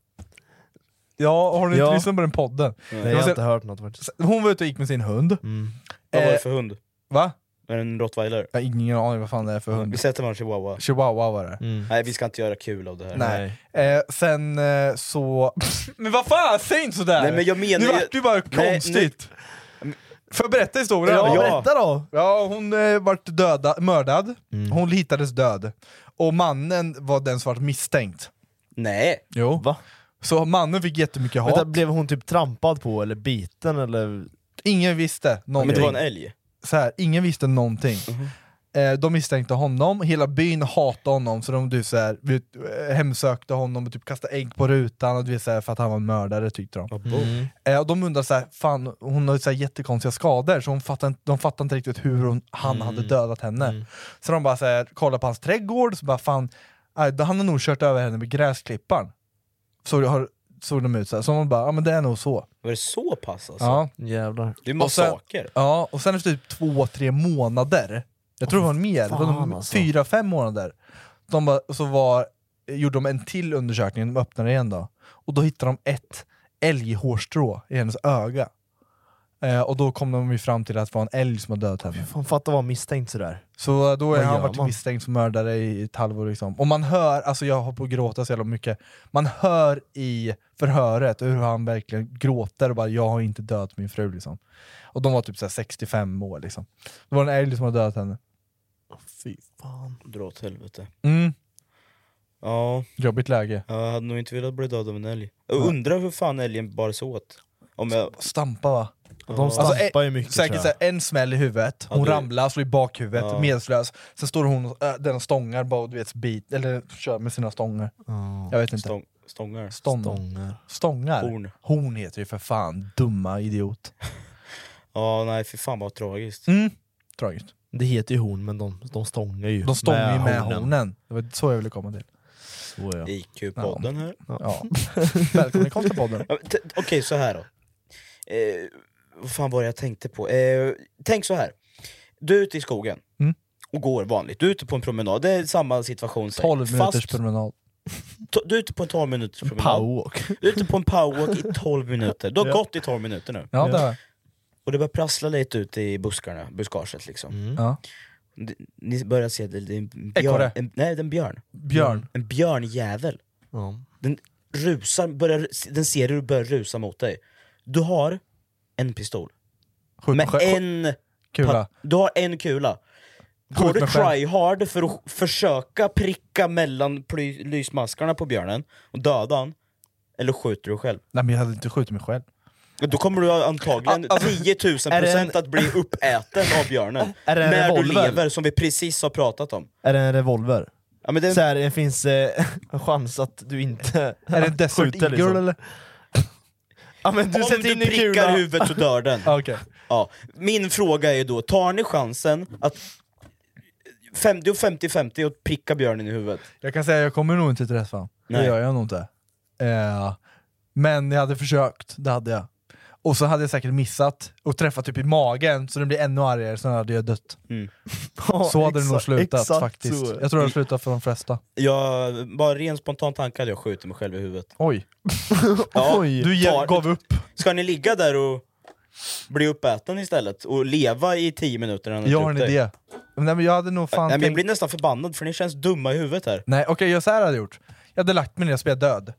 E: Ja, har ni inte
D: Ja.
E: lyssnat på den podden?
D: Nej, jag har inte hört något faktiskt.
E: Hon var ute och gick med sin hund.
C: Vad var det
E: Eh,
C: för hund?
E: Va? Mm.
C: En rottweiler?
E: Jag har ingen aning vad fan det är för hund.
C: Vi säger att det var en chihuahua.
E: Chihuahua var det.
C: Nej vi ska inte göra kul av det här.
E: Mm. Nej. Eh, sen eh, så... [laughs] men vad fan, säg inte sådär!
C: Nej, men jag menar
E: nu
C: ju-
E: vart det ju bara
C: Nej,
E: konstigt. Får jag berätta historien?
D: Ja, berätta då!
E: Ja, hon eh, vart döda, mördad, hon hittades död. Och mannen var den som vart misstänkt.
C: Nej!
E: Jo. Så mannen fick jättemycket hat.
D: Vänta, blev hon typ trampad på eller biten eller?
E: Ingen visste någonting.
D: Men det var en älg.
E: Så här, ingen visste någonting. Eh, de misstänkte honom, hela byn hatade honom, så de du, så här, du vet, eh, hemsökte honom och typ kastade ägg på rutan och, du vet, så här, för att han var en mördare tyckte de.
D: Mm.
E: Eh, och de undrar så här, fan hon har ju så här jättekonstiga skador så hon fattar, inte- de fattar inte riktigt hur hon, han hade dödat henne. Så de bara så här, kollar på hans trädgård, så bara fan, aj, då han har nog kört över henne med gräsklipparen. Så har, såg de ut så här. så man bara, ja men det är nog så.
C: Var det så pass alltså?
E: Ja.
D: Jävlar.
C: Det är
E: Och sen-
C: massaker.
E: Ja, och sen efter typ två, tre månader, jag tror det var mer,
C: fan,
E: det var nog
C: alltså.
E: fyra, fem månader, de bara, så var, gjorde de en till undersökning, de öppnade igen då, och då hittade de ett älghårstrå i hennes öga. Eh, och då kom de ju fram till att det var en älg som hade dödat henne.
D: Fan fatta vad misstänkt sådär.
E: Så då
D: Vad
E: har han
D: gör
E: varit
D: man?
E: misstänkt som mördare i ett halvår. Liksom. Och man hör, alltså jag har på att gråta så jävla mycket, man hör i förhöret hur han verkligen gråter och bara “jag har inte dödat min fru”. Liksom. Och de var typ så här 65 år. Liksom. Det var en älg som hade dödat henne.
C: Fy fan. Dra åt helvete.
E: Mm.
C: Ja.
E: Jobbigt läge.
C: Jag hade nog inte velat bli död av en älg. Jag undrar hur fan älgen bar sig åt. Om jag...
E: Stampa va?
C: Ja.
E: eh, Säkert så här, en smäll i huvudet,
C: Ja,
E: hon
C: det-
E: ramlar, slår i bakhuvudet,
C: Ja.
E: medvetslös. Sen står hon och äh, den och stångar, bara, du vet, bit, eller kör med sina stångar. Jag vet inte.
C: Stång, stångar.
E: Stång.
D: Stångar.
E: Stångar?
C: Horn.
E: Horn heter det ju för fan, dumma idiot.
C: Ja, nej för fan vad tragiskt.
E: Mm. Tragiskt.
D: Det heter ju horn men de, de stångar ju.
E: De stångar ju med hornen. Det var så jag ville komma till.
D: Så ja.
C: IQ-podden här.
E: Ja. [laughs] Välkommen kom till podden.
C: Ja, men t- Okej, så här då. Eh, vad fan var det jag tänkte på? Eh, tänk så här. Du är ute i skogen
E: Mm.
C: och går vanligt. Du är ute på en promenad, det är samma situation. säkert.
E: 12 minuters
C: Fast
E: promenad.
C: to- du är ute på en 12 minuters promenad.
E: powerwalk.
C: Du är ute på en powerwalk i 12 minuter. Du har
E: Ja.
C: gått i 12 minuter nu.
E: Ja, det har jag.
C: Och det börjar prassla lite ute i buskarna, buskaget liksom.
E: Ja.
C: Det- Ni börjar se, det det är en björn.
E: Mm. Ekorre.
C: En, nej, det är en björn.
E: Björn.
C: En björnjävel. Den rusar, börjar, den ser hur du börjar rusa mot dig. Du har en pistol.
E: Skjut
C: med
E: med skär-
C: en...
E: Kula.
C: pa- Du har en kula. Går
E: Skjut
C: du
E: med skär-
C: try hard för att försöka pricka mellan ply, lysmaskarna på björnen och döda han, eller skjuter du själv?
E: Nej men jag hade inte skjutit mig själ.
C: Ja, Då kommer du antagligen 10 000
D: alltså, Är det
C: procent att bli uppäten av björnen.
D: [laughs] Är det en
C: när
D: revolver?
C: du lever, som vi precis har pratat om.
D: Är det en revolver?
C: Ja, men det...
D: Så här, det finns eh, en chans att du inte
E: Är det en Desert
D: skjuter,
E: Eagle
D: liksom.
E: eller?
D: Ja, men du
C: Om
D: sätter
C: du
D: in en
C: prickar
D: kula.
C: huvudet så
D: [laughs]
C: dör den.
E: Okej.
C: Ja. Min fråga är då, tar ni chansen att fem- du är 50-50 och pricka björnen i huvudet?
E: Jag kan säga jag kommer nog inte träffa honom. Det
C: Nej.
E: gör jag nog inte. Eh, men jag hade försökt, det hade jag. Och så hade jag säkert missat och träffat typ i magen så den blir ännu argare, sen hade jag dött.
D: Ja,
E: Så hade det nog
D: exakt-
E: slutat
D: exakt
E: faktiskt.
D: så.
E: Jag tror det hade slutat för de flesta.
C: Jag, bara ren spontan tanke hade jag skjutit mig själv i huvudet.
D: [laughs]
E: Oj.
C: Ja,
E: Oj. Du ge- gav upp.
D: Mm.
C: Ska ni ligga där och bli uppäten istället? Och leva i 10 minuter? innan ni
E: Jag har en
D: Typ
C: tryckte?
E: idé. Nej, men jag hade nog fan
C: Nej, men jag
E: tänkt-
C: blir nästan förbannad för ni känns dumma i huvudet här.
E: Nej, okej, jag så här hade jag gjort. Jag hade lagt mig ner och spelat död.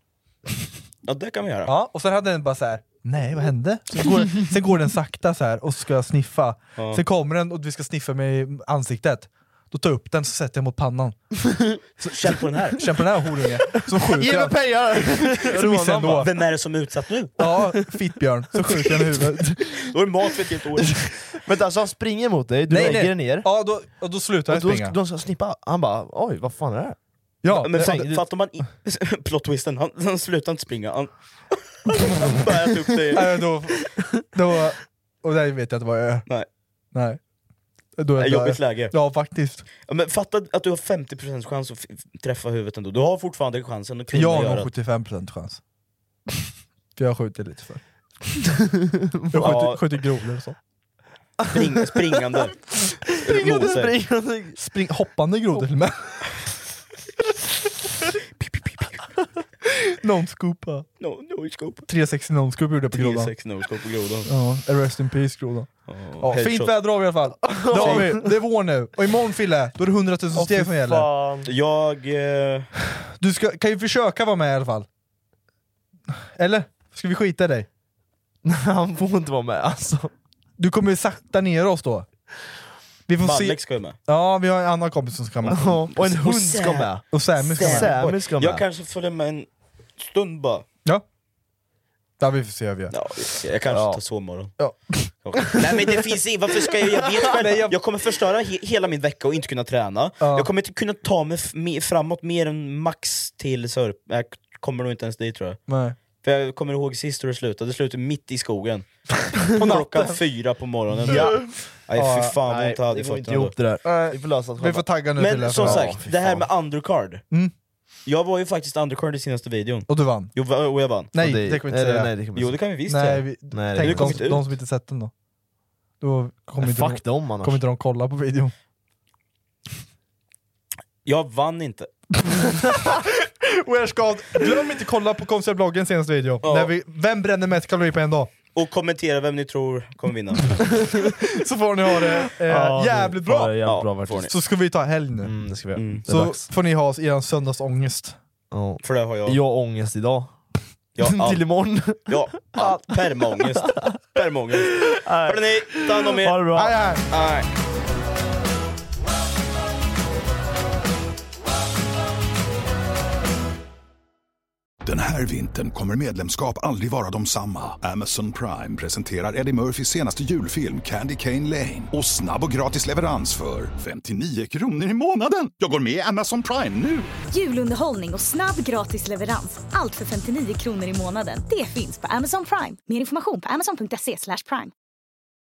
C: Ja, det kan vi göra.
E: Ja, och sen hade den bara så här. nej vad hände?
D: [laughs]
E: Sen går, sen går den sakta så här och ska jag sniffa.
C: Ja.
E: Sen kommer den och vi ska sniffa mig i ansiktet. Då tar jag upp den så sätter jag mot pannan. Så-
C: Känn på den här.
E: Känn på den här horungen. Så [laughs] skjuter
C: Ge mig
E: jag.
C: pengar!
E: Så missar jag ändå.
C: [laughs] Vem är det som är utsatt nu?
E: Ja, fittbjörn. Så skjuter jag den i huvudet.
C: Då är det mat för ett
E: [laughs]
C: helt år.
D: Vänta, så alltså, han springer mot dig, du
E: Nej,
D: lägger
E: nej.
D: dig ner?
E: Ja, då, och då slutar jag
D: då,
E: springa.
D: Då ska snippa, han bara oj vad fan är det här?
E: Ja,
C: Men
D: Nej,
C: fatt-
D: det-
C: fattar man... i- [laughs] Plot twisten, han, han slutar inte springa. Han, [laughs] han bara äter upp
E: Nej,
C: dig.
E: men då, då, och där vet jag inte vad jag är.
C: Nej.
E: Nej. Då är
C: Ett
E: jag
C: jobbigt
E: där.
C: läge.
E: Ja, faktiskt.
C: Ja, men fatta att du har 50% chans att f- träffa huvudet ändå. Du har fortfarande chansen att kunna
E: Jag har
C: göra
E: nog 75% chans. För jag skjuter lite
C: [laughs]
E: för. Jag skjuter,
C: Ja.
E: skjuter grodor och så.
C: Spring, springande.
E: [laughs] Springande,
C: Noser.
E: springande. Spring, hoppande grodor till och med. Non-scoopa.
C: No, no scope.
E: 360 non-scoop gjorde jag på grodan.
C: 3-6 no-scope på grodan.
E: Ja, rest in peace grodan. Ja,
C: headshot.
E: fint väder har vi i alla fall. Det har vi, det är vår nu. Och imorgon Fille, då är det 100 000
C: Åh,
E: steg
C: fy
E: som gäller.
C: fan. Jag... Eh,
E: Du ska, kan ju försöka vara med i alla fall. Eller? Ska vi skita i dig?
D: Han får inte vara med alltså.
E: Du kommer ju sakta ner oss då. Vi får se.
C: Malek ska ju med.
E: Ja, vi har en annan kompis som ska med.
D: Ja, och en hund
C: Sam-
D: ska med.
E: Och Sammy ska med.
D: Sammy ska med.
C: Jag kanske följer med en stund bara.
E: Ja. Ja, vi får se hur vi gör.
C: Ja, vi får se. jag kanske tar sovmorgon. [laughs]
E: Ja.
C: Nej men det finns inte, varför ska jag, jag vet själv, jag kommer förstöra he hela min vecka och inte kunna träna. Jag kommer inte kunna ta mig f- me- framåt mer än max till Sörp, jag kommer nog inte ens dit tror jag.
E: Nej.
C: För jag kommer ihåg sist hur det slutade, det slutade mitt i
E: [laughs]
C: skogen. Klockan fyra på morgonen.
D: Ja.
C: Nej
D: Ja,
C: fy fan vad
D: nej,
C: ont jag hade
D: det
C: i
D: går inte
C: fötterna.
D: ihop det där.
E: Nej.
D: Vi får lösa det
E: Vi får tagga nu Fille,
C: Men som
E: för-
C: sagt,
E: Ja, fy
C: det här
E: fan.
C: med undercard.
E: Mm.
C: Jag var ju faktiskt undercard i senaste videon.
E: Och du vann.
C: Jo, va- och jag vann.
E: Nej,
D: Och
E: det,
D: det-
E: kan vi inte
D: nej,
E: säga.
D: nej, det kan vi
C: Jo
D: inte
C: det kan vi visst
E: Nej,
C: säga.
E: vi,
D: Nej,
E: tänk
C: det kommer
E: de,
C: inte ut.
E: de som inte sett den då. Då kommer inte,
D: Fuck
E: de,
D: dem annars.
E: kommer inte de kolla
C: [laughs]
E: på videon.
C: Jag vann inte.
E: We're scout. Glöm inte kolla på konstiga bloggen senaste video.
C: Ja.
E: När vi, vem bränner mest kalorier på en dag?
C: Och kommentera vem ni tror kommer vinna.
E: Så får ni ha det eh,
D: Ja,
E: jävligt
D: det
E: bra!
D: var jävligt bra
C: får ni.
D: faktiskt.
E: Så ska vi ta helg nu.
D: Mm, det ska vi göra.
C: Mm.
D: Det är
E: Så
D: dags.
E: får ni ha er söndagsångest.
D: Ja.
C: För det har jag.
D: Jag har ångest idag.
C: Jag har
D: Till
C: allt.
D: imorgon.
C: Ja, allt. Permaångest. Permaångest. Hörrni, ta hand om
D: Ha
C: er.
D: det bra.
E: Hej, hej.
C: Nej.
A: Den här vintern kommer medlemskap aldrig vara de samma. Amazon Prime presenterar Eddie Murphys senaste julfilm Candy Cane Lane. Och snabb och gratis leverans för 59 kronor i månaden. Jag går med i Amazon Prime nu!
B: Julunderhållning och snabb gratis leverans. Allt för 59 kronor i månaden. Det finns på Amazon Prime. Mer information på amazon.se slash prime.